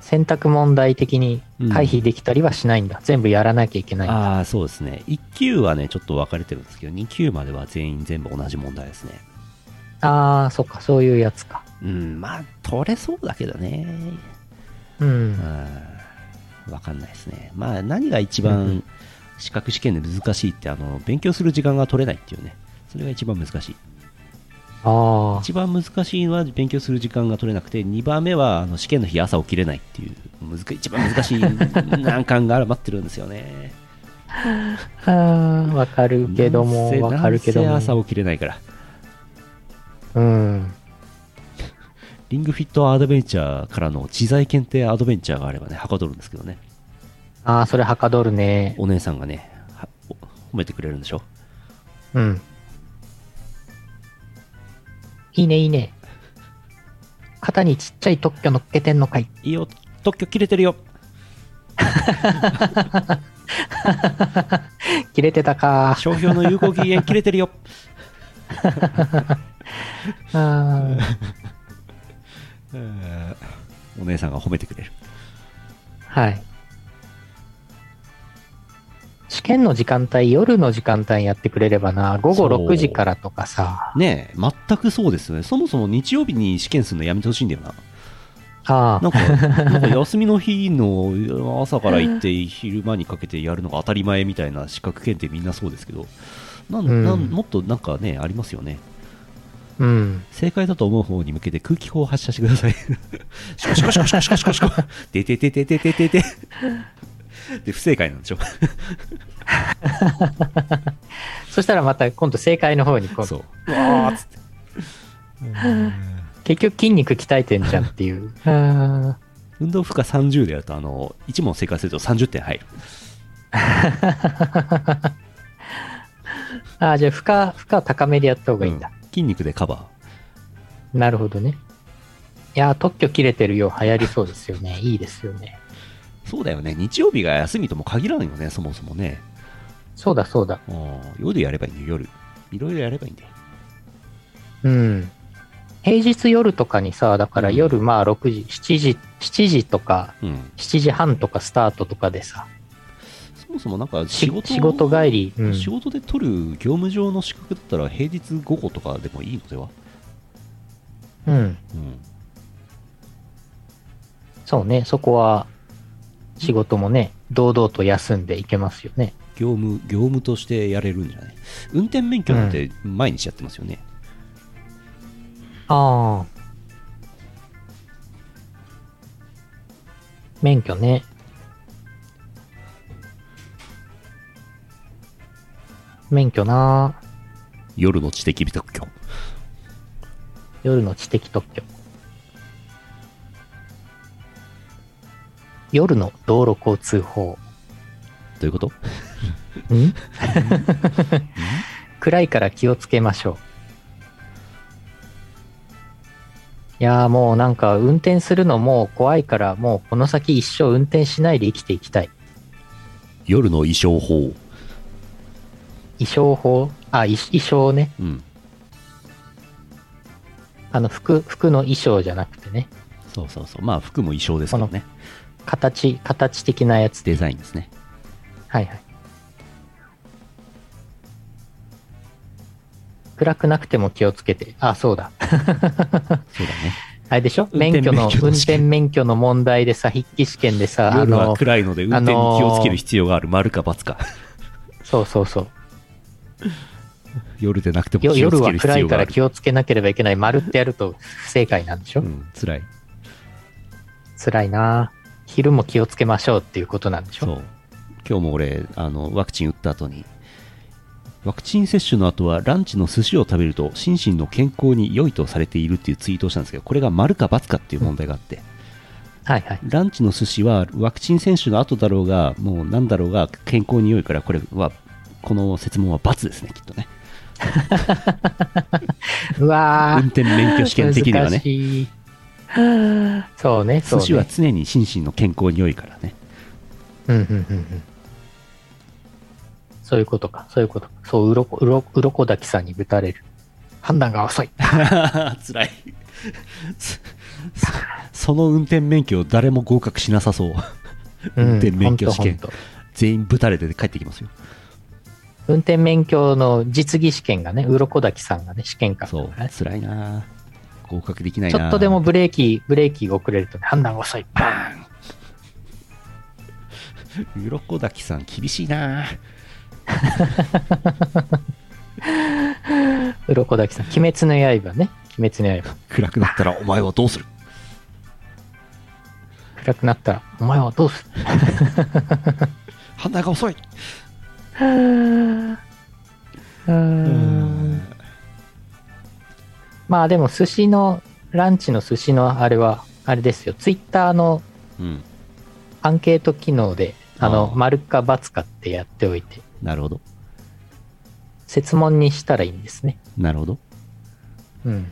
選択問題的に回避できたりはしないんだ。全部やらなきゃいけない。あ
ああ、そうですね。1級はね、ちょっと分かれてるんですけど、2級までは全員全部同じ問題ですね。
あー、そっか、そういうやつか。
うん、まあ、取れそうだけどね。
う。
うんんわかんないですね。まあ、何が一
うんう
番資格試験で難しいって、あの、勉強する時間が取れないっていうね。それが一番難しい。
ああ、
一番難しいのは勉強する時間が取れなくて、2番目はあの試験の日朝起きれないっていう、むずか一番難しい難関が待ってるんですよね。
あーわかるけど
なんせ
も、わかるけど
な
も
んせ。朝起きれないから。
うん。
リングフィットアドベンチャーからの知財検定アドベンチャーがあればね、はかどるんですけどね。
ああ、それはかどるね。
お姉さんがね、はお褒めてくれるんでしょ。
うん。いいね、いいね。肩にちっちゃい特許乗っけてんのかい。
いいよ、特許切れてるよ。
切れてたか。
商標の有効期限切れてるよ。
あー
お姉さんが褒めてくれる。
はい。試験の時間帯、夜の時間帯やってくれればな、午後
そう
6時からとかさ、
ねえ、全くそうですよね。そもそも日曜日に試験するのやめてほしいんだよな。
あ
なんか、なんか休みの日の朝から行って、昼間にかけてやるのが当たり前みたいな資格検定みんなそうですけど、なんなん
うん
もっとなんかね、ありますよね。
あ、うん。
正解だと思う方に向けて空気砲を発射してください。シコシコシコシコシコシコシコ。でててててててて。で、不正解なんでしょ。
そしたらまた今度正解の方に今度、
そう。うわーっつって。
結局筋肉鍛えてんじゃんって いう。あ
運動負荷30でやると、あの、1問正解すると30点入る。
ーあー、じゃあ負荷、負荷高めでやった方がいいんだ。
筋肉でカバー。
なるほどね。いやー、特許切れてるよ。流行りそうですよ ね。いいですよね。
そうだよね。日曜日が休みとも限らないよね、そもそもね。
そうだ、そうだ。
あー夜やればいいんだよ、夜。いろいろやればいいんだよ。
うん。平日夜とかにさ、だから夜まあ6時、7時、7時とか、
うん。
7時半とかスタートとかでさ、
そもそもなんか仕
し
事
仕事帰り、うん
仕事で取る業務上の資格だったら平日午後とかでもいいのでは
うん。
うん。
そうね、そこは仕事もね、堂々と休んでいけますよね。
業務、業務としてやれるんじゃない運転免許なんて毎日やってますよね。
ああ。免許ね。免許なあ
夜の知的美特許。
夜の知的特許。夜の道路交通法。
どういうこと
ん 暗いから気をつけましょう。いやーもうなんか運転するのもう怖いからもうこの先一生運転しないで生きていきたい。
夜の衣装法。
衣装法あ、衣衣装ね。
うん。
あの服、服の衣装じゃなくてね。
そうそうそう。まあ服も衣装ですからね。
形、形的なやつで。
デザインですね。
はいはい。暗くなくても気をつけて。あ、そうだ。
そうだね。
あれでしょ
運転
免許の
免許の試験
運転免許の問題でさ、筆記試験でさ、あ
夜は
の、
暗いので運転に気をつける必要がある。丸か×か。
そうそうそう。
夜でなくても気
よ
を
夜
つけ
は暗
る必
い
要
か
があ
ら
る。
気をつけなければいけない。丸ってやると不正解なんでしょ、
うん、辛い。
辛いなぁ昼も気をつけましょうっていうことなんでし
そ
ょ
う。今日も俺、あの、ワクチン打った後に、ワクチン接種の後はランチの寿司を食べると心身の健康に良いとされているっていうツイートをしたんですけど、これが丸か×かっていう問題があって、
はいはい。
ランチの寿司はワクチン接種の後だろうが、もう何だろうが健康に良いから、これは、この説問は×ですね、きっとね。
うわ
運
ぁ。
転免許試験的には
難
ね。
しい。そうね、そうね。
寿司は常に心身の健康に良いから ね。
うんうんうんうん。そういうことか、そういうことか。そう、うろこ、うろ、うろこだきさんにぶたれる。判断が遅い。
つらいそ その運転免許誰も合格しなさそう
うん
運転免許試験
ほんとほんと
全員ぶたれて帰ってきますよ
運転免許の実技試験がね、うろこだきさんがね、試験官
そ
だ
う
からね
つらいな合格できない
ち
な
ょっとでもブレーキ、ブレーキが遅れるとね、判断が遅い。パーン
鱗滝さん厳しいな
うろこだきさん、鬼滅の刃ね。鬼滅の刃。
暗くなったらお前はどうする
暗くなったら、お前はどうする
判断が遅い
うんまあでも、寿司の、ランチの寿司のあれは、あれですよ。ツイッターの
うん
アンケート機能で、あの、
あー
丸か×かってやっておいて、
なるほど
設問にしたらいいんですね。
なるほど
うん。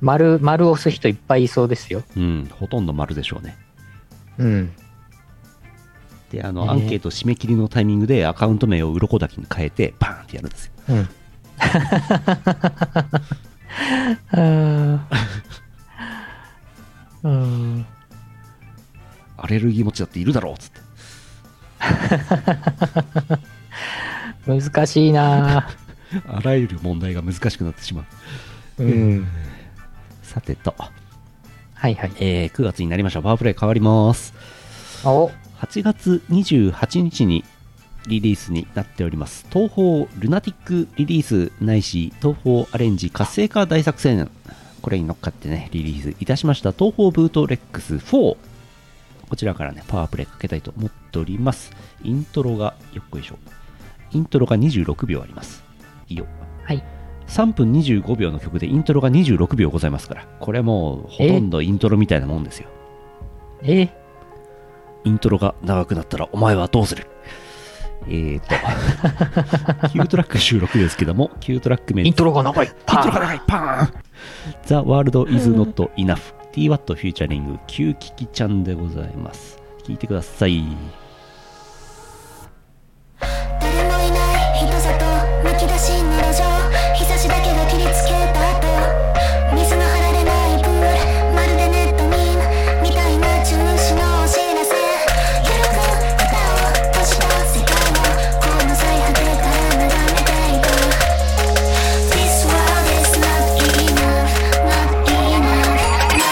丸、丸押す人いっぱいいそうですよ。
うんほとんど丸でしょうね
うん。
であ
ね
のアンケート締め切りのタイミングでアカウント名を鱗滝に変えてバーンってやるんですよ
うん。あー うん。
アレルギー持ちだっているだろうっつって
難しいなぁ
あらゆる問題が難しくなってしまう
うん。
さてと、
はいはい。
えー9月になりましたパワープレイ変わります
お、
8月28日にリリースになっております東宝ルナティックリリースないし東宝アレンジ活性化大作戦これに乗っかってねリリースいたしました東宝ブートレックス4こちらからねパワープレイかけたいと思っておりますイントロがよっこいしょイントロが26秒ありますいいよ
はい。
3分25秒の曲でイントロが26秒ございますからこれもうほとんどイントロみたいなもんですよ
え
イントロが長くなったらお前はどうする、え えー、と、9トラック収録ですけども、9トラック目
イントロが長い。
イントロが長いパーン The World is Not Enough TWAT フューチャリング Q キキちゃんでございます聞いてください
誰もいない広さとむき出しの路上日差しだけが切りつけた後水の張られないプールまるでネットミンみたいな中止のお知らせキャラが歌を閉じた世界をこの最果てから眺めていく This world is not enough not enough not enough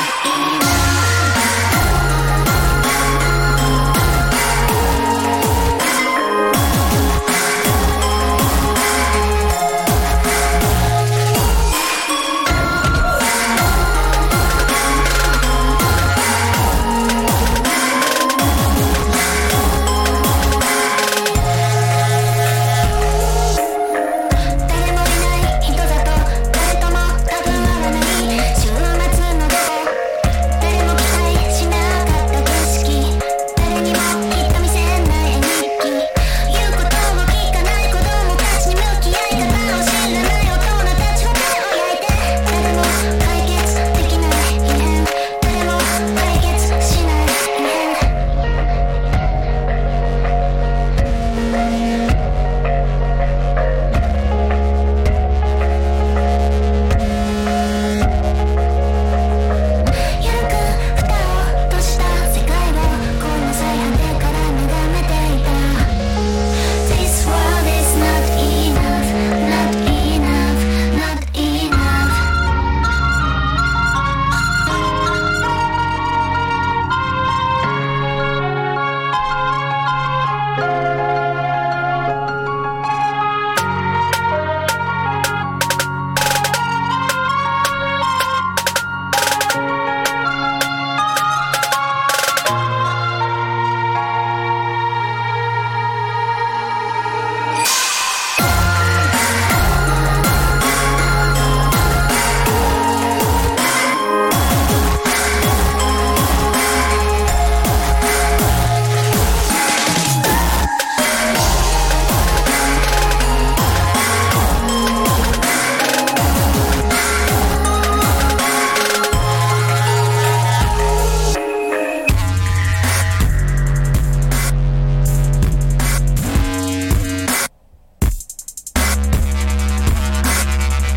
誰もいない人だと誰とも多分合わない週末の午後誰も期待しなかった景色誰にもきっと見せない演劇言うことを聞かない子供たちに向き合い方を知らない大人たちを手を焼いて誰も解決できない異変誰も解決しない異変「ゆく蓋を閉じた世界をこの最果てから眺めていた」「This world is not enough, not enough, not enough」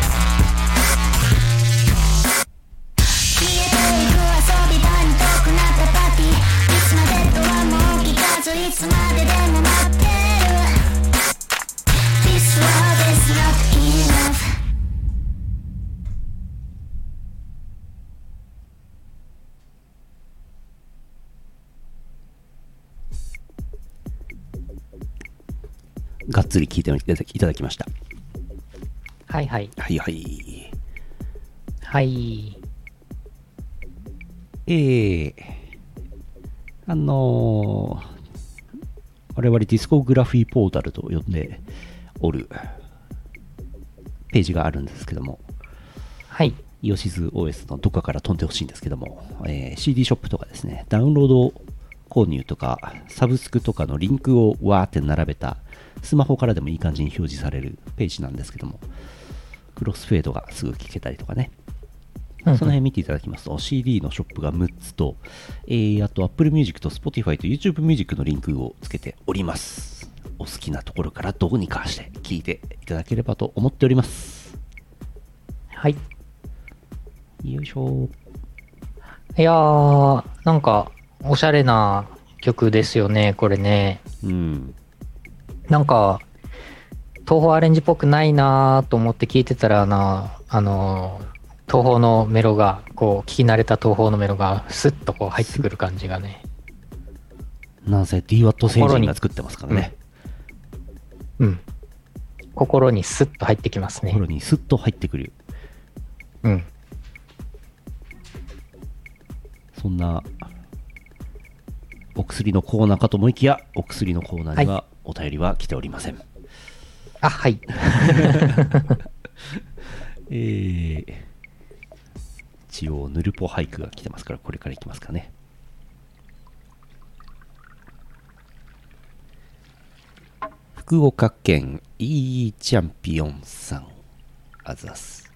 消えていく遊び場に遠くなったパティいつまでとはもう聞かずいつまででも待ってる This world is not enough
がっつり聞いていただきました
はいはい。
はいはい
はい。
えー、あのー我々ディスコグラフィーポータルと呼んでおるページがあるんですけども
はい。
イオシズ OS のどこかから飛んでほしいんですけども、えー CD ショップとかですね、ダウンロード購入とか、サブスクとかのリンクをわーって並べた、スマホからでもいい感じに表示されるページなんですけども、クロスフェードがすぐ聞けたりとかね、
うんうん
その辺見ていただきますと、CD のショップが6つと、えー、あと Apple Music と Spotify と YouTube Music のリンクをつけております。お好きなところからどうにかして聞いていただければと思っております。
はい。
よいしょ
いやー、なんか、おしゃれな曲ですよね、これね。
うん。
なんか、東宝アレンジっぽくないなーと思って聞いてたらな、あのー、東宝のメロが、こう、聞き慣れた東宝のメロが、スッとこう入ってくる感じがね。
なんせ DWAT 星人が作ってますからね。
うん。心にスッと入ってきますね
心。にスッと入ってくる。
うん。
そんな、お薬のコーナーかと思いきや、お薬のコーナーにはお便りは来ておりません。
あ、はい。
えー、一応、ぬるぽ俳句が来てますから、これからいきますかね。福岡県いいチャンピオンさんあざす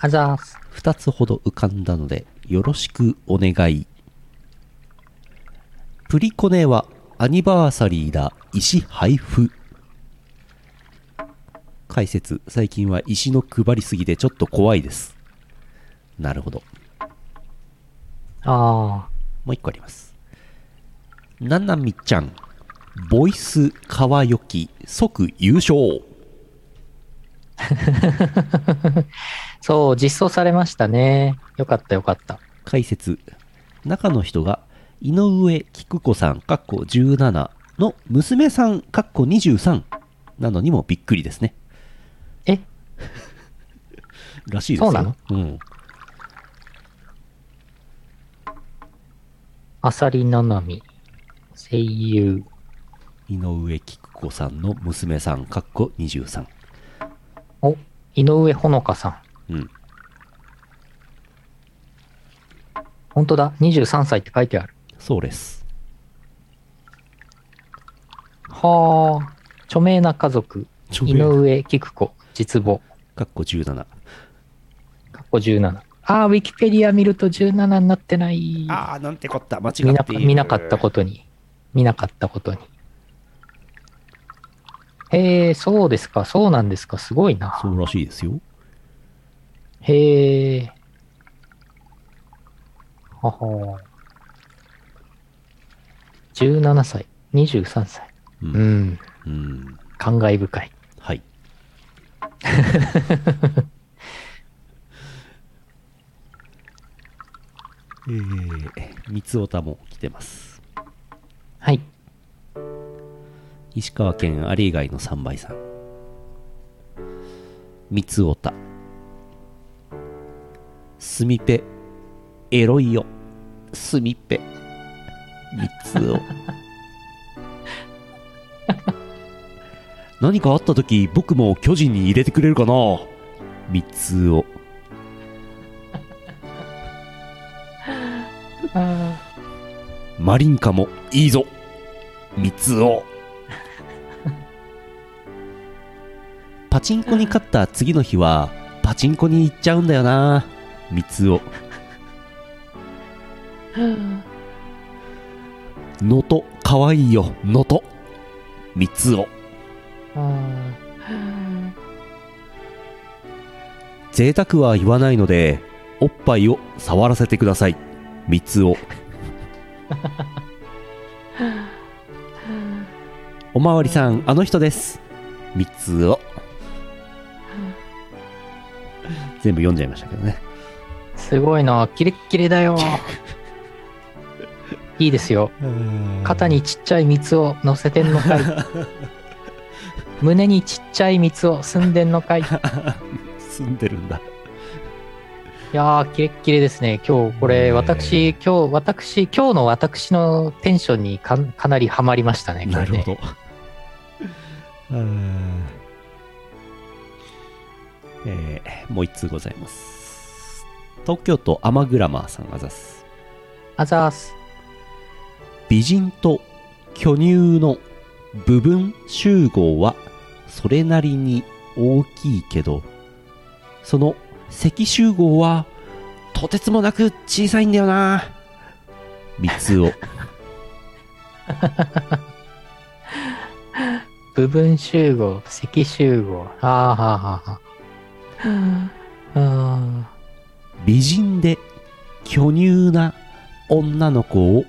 あざーす。
2つほど浮かんだのでよろしくお願いプリコネはアニバーサリーだ石配布解説最近は石の配りすぎでちょっと怖いですなるほど
あ
もう一個あります。ななみちゃん、ボイス川よき即優勝。
あ。そう、実装されましたね。よかったよかった。
解説。中の人が、井上菊子さん、かっこ17の娘さん、かっこ23なのにもびっくりですね。
え
らしいですよ。
そうなの
うん。
あさりななみ。声優。
井上菊子さんの娘さん、かっこ23。
お、井上ほのかさん。
うん。
本当だ。23歳って書いてある。
そうです。
はあ。著名な家族。
著
井
名な
上菊子。実母。
かっこ17。
かっこ17。ああ、ウィキペディア見ると17になってない。
ああ、なんてこった。間違ってい
見な
る
見なかったことに。見なかったことに。へえ、そうですか。そうなんですか。すごいな。
そうらしいですよ。
へえ。はは。17歳、23歳。
う。
うんん、
うん。
感慨深い。
はい。えー、三つおたも来てます。
はい。
石川県有以外の3倍さん。三つおた。すみぺ、エロいよ。すみぺ。三つお。 何かあった時、僕も巨人に入れてくれるかな三つお。
あ
マリンカもいいぞ三つお パチンコに勝った次の日はパチンコに行っちゃうんだよな三つおのとかわいいよのと三つお
あ。
贅沢は言わないのでおっぱいを触らせてください三 つおおまわりさんあの人です三つお全部読んじゃいましたけどね
すごいな。キレッキレだ よ。いいですよ。肩にちっちゃい蜜を乗せてんの かい。胸にちっちゃい蜜を住んでんのかい。い
住んでる んだ
やー、キレッキレですね。今日、こ
ねえ
れ、私、今日、私、今日の私のテンションにかかなりハマりましたね。こ
な
れね
るほ どえーもう一通ございます東京都アマグラマーさんあざす
あざーす。
美人と巨乳の部分集合はそれなりに大きいけどその積集合はとてつもなく小さいんだよな三つを
部分集合、積集合。あーはーはーはー。うん。
美人で巨乳な女の子を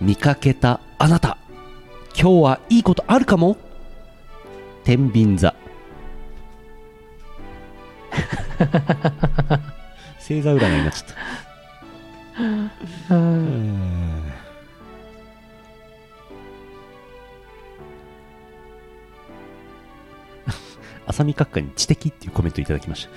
見かけたあなた今日はいいことあるかも天秤座 星座占いになっちゃった
うん
浅見閣下に知的っていうコメントいただきました。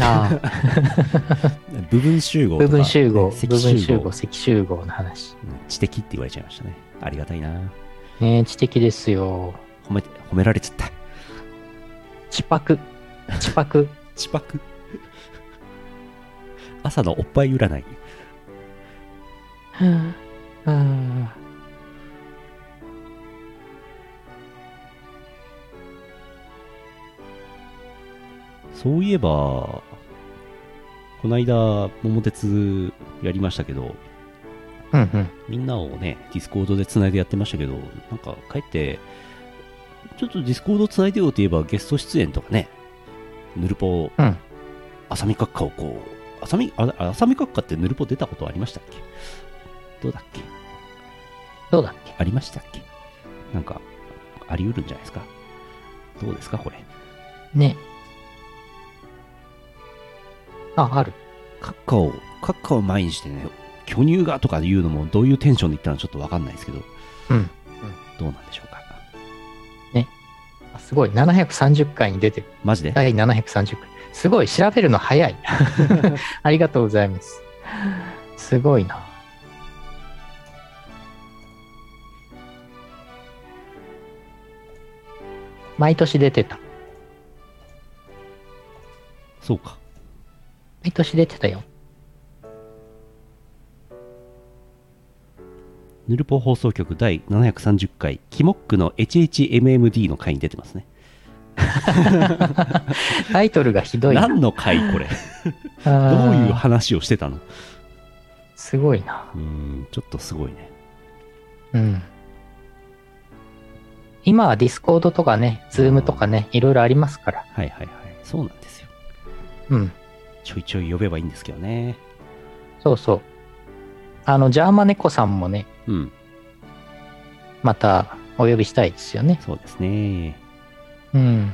あー
部分集合とか
部分集合、
積
部分集
集合
合、積集合の話。
うん知的って言われちゃいましたね。ありがたいな。
ねえ、知的ですよ。
褒めて、褒められちゃった。
知パク。知パク。
ちぱく。 朝のおっぱい占い。
うん。
そういえば、こないだ、桃鉄やりましたけど、
うんうん。
みんなをね、ディスコードでつないでやってましたけど、なんか帰って、ちょっとディスコードつないでよって言えばゲスト出演とかね、ヌルポ、
うん
浅見閣下をこう、浅見、あ浅見閣下ってヌルポ出たことありましたっけどうだっけ
どうだっけ
ありましたっけなんか、あり得るんじゃないですかどうですかこれ。
ね。あ、ある。
閣下を、閣下を前にしてね、巨乳がとかいうのもどういうテンションで言ったのかちょっとわかんないですけど、
うん。
どうなんでしょうか
あすごい。730回に出てる。
マジで
第730回。すごい。調べるの 早い。ありがとうございます。すごいな。毎年出てた。
そうか。
毎年出てたよ。
ヌルポ放送局第730回、キモックの HHMMD の回に出てますね。
タイトルがひどいな。
何の 回これ
どう
どういう話をしてたの
すごいな。
うーん、ちょっとすごいね。
うん。今はディスコードとかね、ズームとかね、いろいろありますから。
はいはいはい。そうなんですよ。
うん。
ちょいちょい呼べばいいんですけどね。
そうそう。あの、ジャーマネコさんもね、
うん、
またお呼びしたいですよね。
そうですね。
うん。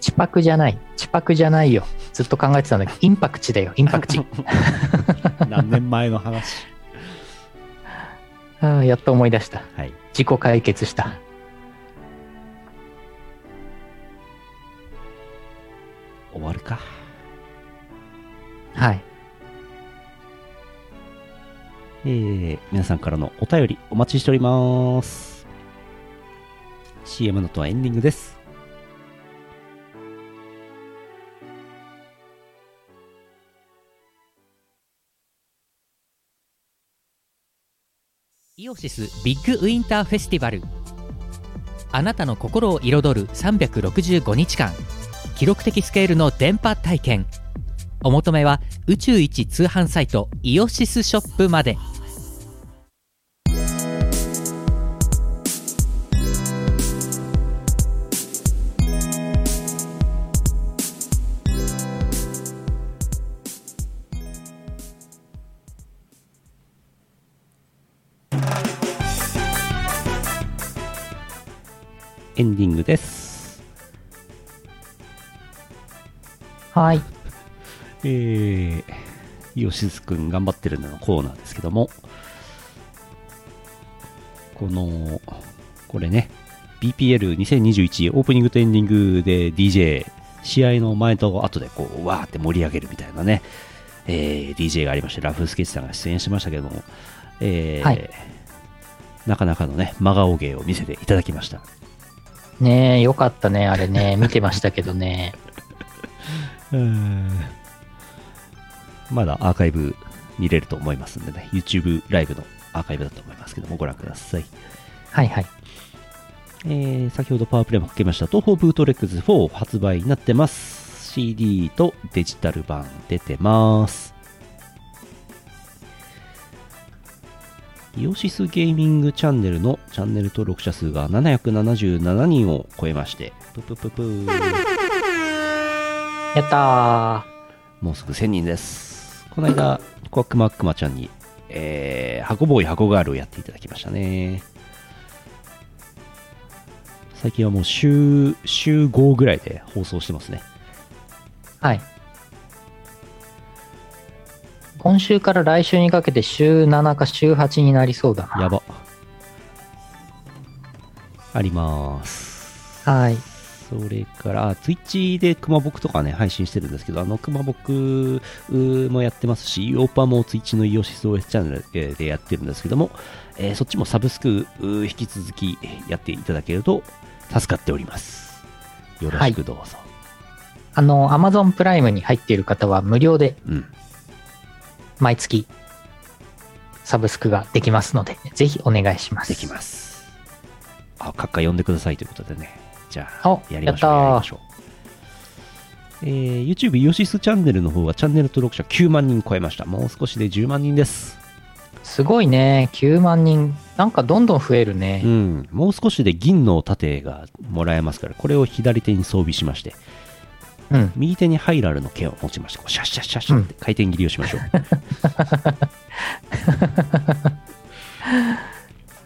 チパクじゃない。チパクじゃないよ。ずっと考えてたんだけど、インパクチだよ、インパ クチ。
何年前の話。
あーやっと思い出した。
はい。
自己解決した。
終わるか。
はい。
えー、皆さんからのお便りお待ちしております。CM のとはエンディングです。
イオシスビッグウィンターフェスティバルあなたの心を彩る365日間記録的スケールの電波体験お求めは宇宙一通販サイトイオシスショップまで
エンディングです。
はい。
えー、よしずくん頑張ってるののコーナーですけども、この、これね、BPL2021 オープニングとエンディングで DJ、試合の前と後でこう、わーって盛り上げるみたいなね、えー DJ がありまして、ラフスケッチさんが出演しましたけども、えー
はい
なかなかのね、真顔芸を見せていただきました。
ねえ、よかったね、あれね。見てましたけどね。
まだアーカイブ見れると思いますんでね、YouTube ライブのアーカイブだと思いますけども、ご覧ください。
はいはい。
えー先ほどパワープレイもかけました、東方ブートレックス4発売になってます。CD とデジタル版出てます。イオシスゲーミングチャンネルのチャンネル登録者数が777人を超えまして、ぷぷぷぷー。
やった
もうすぐ1000人です。この間、コアクマアクマちゃんに、えー、箱ボーイ、箱ガールをやっていただきましたね。最近はもう週、週5ぐらいで放送してますね。
ー。はい。今週から来週にかけて週7か週8になりそうだな。
やば。あります。
はい。
それから、ツイッチで熊僕とかね、配信してるんですけど、あの熊僕もやってますし、イオパもツイッチのイオシス OS チャンネルえーでやってるんですけども、えーそっちもサブスクうー引き続きやっていただけると助かっております。よろしくどうぞ。
あの、Amazon プライムに入っている方は無料で
うん。
毎月サブスクができますので、ぜひお願いします。
できます。あ、閣下呼んでくださいということでね。じゃあ
お、
やりましょう。
やったー
やりましょう。えー YouTube イオシスチャンネルの方はチャンネル登録者9万人超えました。もう少しで10万人です。
すごいね。9万人。なんかどんどん増えるね。
うん。もう少しで銀の盾がもらえますから、これを左手に装備しまして、
うん。
右手にハイラルの剣を持ちまして、こうシャッシャッシャッシャッって回転切りをしましょう。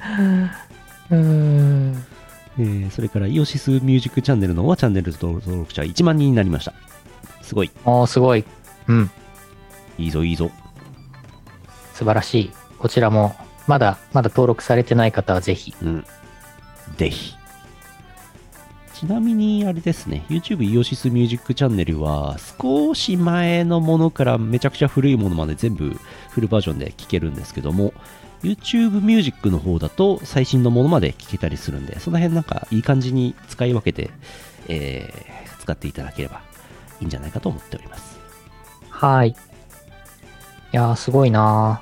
うん。
えーそれからイオシスミュージックチャンネルの方はチャンネル登録者1万人になりました。すごい。
おー、すごい。うん。
いいぞいいぞ。
素晴らしい。こちらも、まだ、まだ登録されてない方はぜひ。
うん。ぜひ。ちなみに、あれですね、YouTube イオシスミュージックチャンネルは、少し前のものからめちゃくちゃ古いものまで全部フルバージョンで聴けるんですけども、YouTube ミュージックの方だと最新のものまで聴けたりするんで、その辺なんかいい感じに使い分けて、えー使っていただければいいんじゃないかと思っております。
はい。いやー、すごいな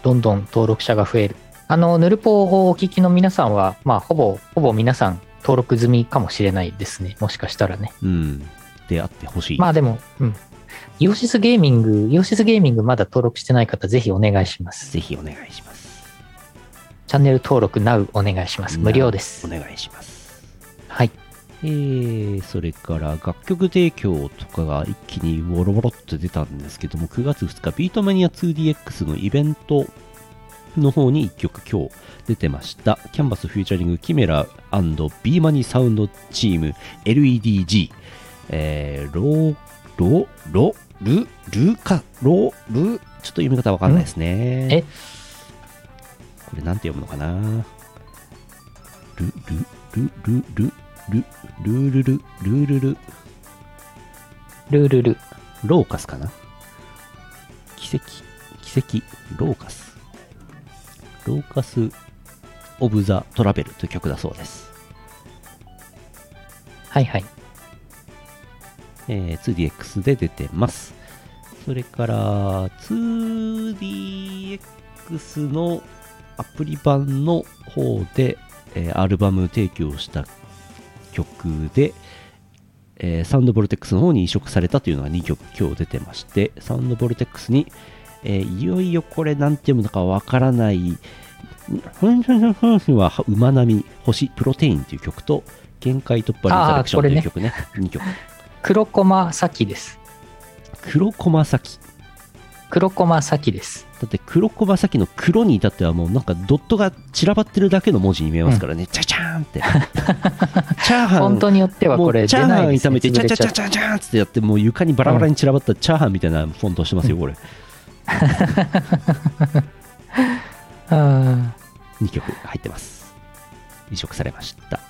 ーどんどん登録者が増える。あの、ヌルポをお聞きの皆さんは、まあ、ほぼ、ほぼ皆さん登録済みかもしれないですね。もしかしたらね。
うん。であってほしい。
まあでも、うん。イオシスゲーミング、イオシスゲーミングまだ登録してない方、ぜひお願いします。
ぜひお願いします。
チャンネル登録 NOW お願いします。無料です
お。願いします。
はい。
えー、それから楽曲提供とかが一気にボロボロっと出たんですけども9月2日ビートマニア 2DX のイベントの方に1曲今日出てましたキャンバスフューチャリングキメラ &B マニサウンドチーム LEDG えー、ロロロルルカロルちょっと読み方わかんないですね
んえ
これなんて読むのかなルルルルルルルルルルルル
ルールル。
ローカスかな奇跡奇跡ローカスローカス・オブ・ザ・トラベルという曲だそうです、
はいはい。
えー 2DX で出てますそれから 2DX のアプリ版の方で、えーアルバム提供した曲で、えーサウンドボルテックスの方に移植されたというのが2曲今日出てましてサウンドボルテックスに、えーいよいよこれなんて読むのかわからないふんふんふんふんふんは馬並み星プロテインという曲と限界突破リザレクションという曲ね2曲
黒コマサキです。
黒駒先
黒コマサキです。
だって黒駒先の黒に至ってはもうなんかドットが散らばってるだけの文字に見えますからね、チャチャーンって チャーハン
本当によっては
も
こ
う
れ
チ
出
ャーハ
ない
ン
です、
炒
ね。
めて、チャチャチャ
潰れち
チャチャーってやって、もう床にバラバラに散らばったチャーハンみたいなフォントしてますよ、これ。
ゃううん
2曲入ってます。移植されました。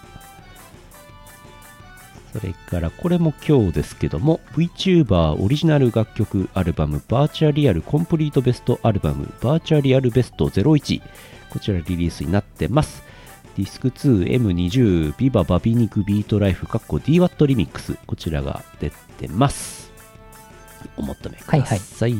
それから、これも今日ですけども、VTuber オリジナル楽曲アルバム、バーチャリアルコンプリートベストアルバム、バーチャリアルベスト01、こちらリリースになってます。ディスク 2M20、ビババビ肉ビートライフ、かっこ DWAT リミックス、こちらが出てます。お求めください。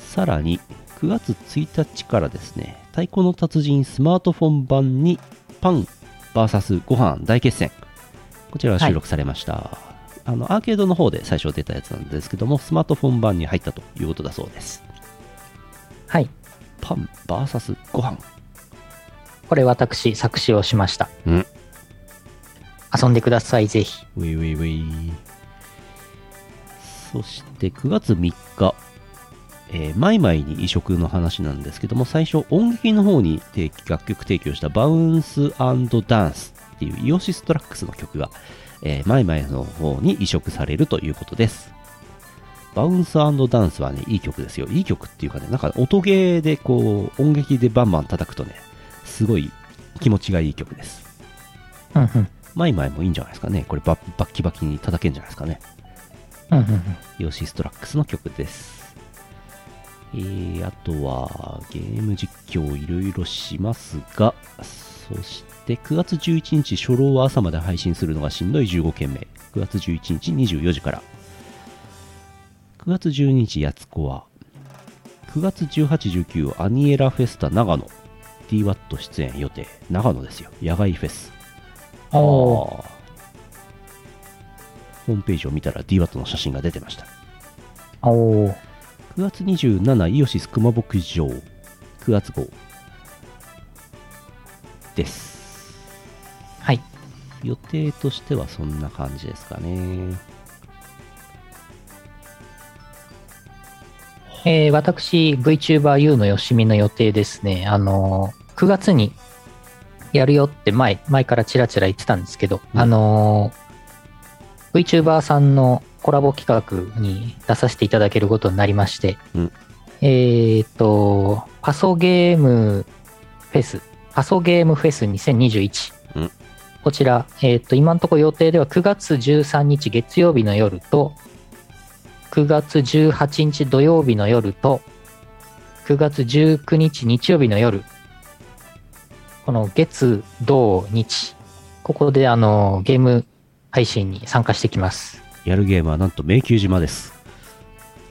さらに、9月1日からですね、太鼓の達人スマートフォン版にパン VS ご飯大決戦。こちらが収録されました。あの、アーケードの方で最初出たやつなんですけども、スマートフォン版に入ったということだそうです。
はい。
パン VS ご飯。
これ私、作詞をしました。
うん
遊んでください、ぜひ。
ウェイウェイウェイ。そして9月3日、えー、マイマイに移植の話なんですけども、最初音劇の方に提供楽曲提供したバウンスダンスっていうイオシストラックスの曲が、えーマイマイの方に移植されるということです。バウンスダンスはね、いい曲ですよ。いい曲っていうかね、なんか音ゲーでこう、音劇でバンバン叩くとね、すごい気持ちがいい曲です。
うんうん。
マイマイもいいんじゃないですかね。これバッバッキバキに叩けんじゃないですかね。
うんうんうん。
ヨシストラックスの曲です。えー、あとはゲーム実況いろいろしますが、そして9月11日初老は朝まで配信するのがしんどい15件目。9月11日24時から。9月12日やつこは、9月18、19アニエラフェスタ長野。DWAT 出演予定。長野ですよ。野外フェス。
おー
あーホームページを見たら DWAT の写真が出てました
おー
9月27イオシス熊牧場9月号です
はい。
予定としてはそんな感じですかね
えー私、VTuberU のよしみの予定ですね。あのー、9月にやるよって前、前からちらちら言ってたんですけど、
うん
あのー、VTuber さんのコラボ企画に出させていただけることになりまして、
うん
えーっと、パソゲームフェス、パソゲームフェス2021。
うん
こちら、えーっと、今のところ予定では9月13日月曜日の夜と、9月18日土曜日の夜と、9月19日日曜日の夜、この月、土、日、ここであのゲーム配信に参加してきます。
やるゲームはなんと迷宮島です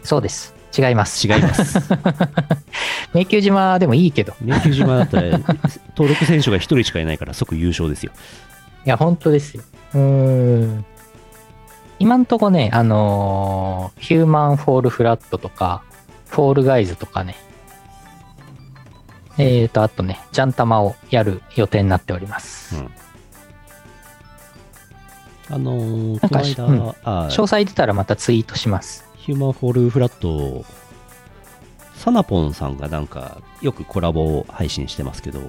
そうです。違います。
違います
迷宮島でもいいけど。
迷宮島だったら 登録選手が1人しかいないから即優勝ですよ
いや、本当ですよ。うーん。今んとこね、あのーヒューマンフォールフラットとか、フォールガイズとかね、えーと、あとね、ジャンタマをやる予定になっております。
うんあのー
なんか
この間、
うん
あー
詳細出たらまたツイートします。
ヒューマンフォールフラット、サナポンさんがなんか、よくコラボを配信してますけど、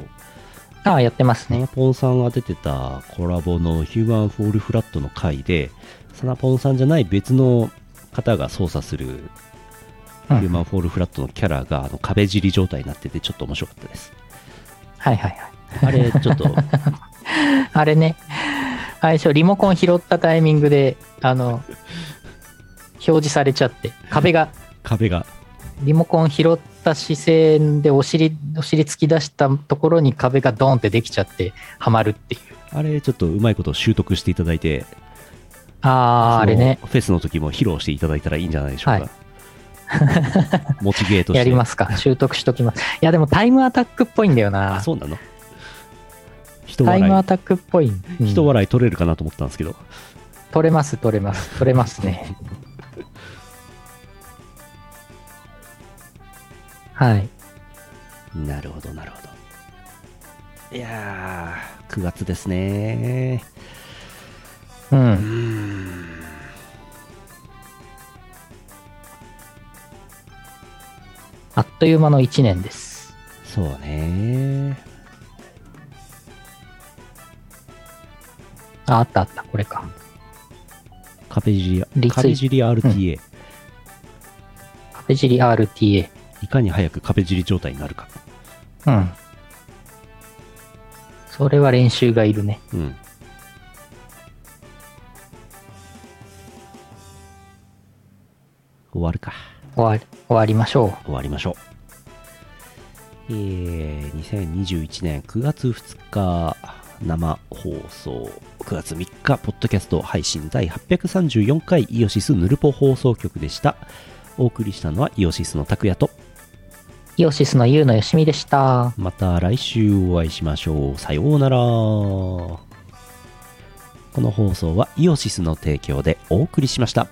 ああ、やってます
サ
ね
ナ。ポンさんが出てたコラボのヒューマンフォールフラットの回で、サナポンさんじゃない別の方が操作するヒ
う
ュー
ん、
マンフォールフラットのキャラがあの壁尻状態になっててちょっと面白かったです。
はいはいはい。
あれ、ち ょっと、
あれね、最初リモコン拾ったタイミングで、あの、表示されちゃって、壁が、
壁が、
リモコン拾った視線でお尻、お尻突き出したところに壁がドーンってできちゃって、はまるっていう。
あれ、ちょっとうまいこと習得していただいて、
ああ、あれね、
フェスの時も披露していただいたらいいんじゃないでしょうか。
はい
モチゲーとして。
やりますか。習得しときます。いや、でもタイムアタックっぽいんだよ
あ、
な。
そうなの人
タイム
笑
アタックっぽい。うん
い、人笑い取れるかなと思ったんですけど、
取れます、取れます、取れます ね。はい。
なるほど、なるほど。いやー、9月ですね。
う。
うんん。
あっという間の1年です。
そうね。
あ、あったあった、これか。
壁尻、
リツイ
壁尻 RTA、
カフェジリ RTA。
いかに早く壁尻状態になるか。
うん。それは練習がいるね。
うん。終わるか。
終わり、終わりましょう。
終わりましょう。えー、2021年9月2日生放送9月3日ポッドキャスト配信第834回イオシスヌルポ放送局でしたお送りしたのはイオシスの拓也と
イオシスのユウのよしみでした。
また来週お会いしましょうさようならこの放送はイオシスの提供でお送りしました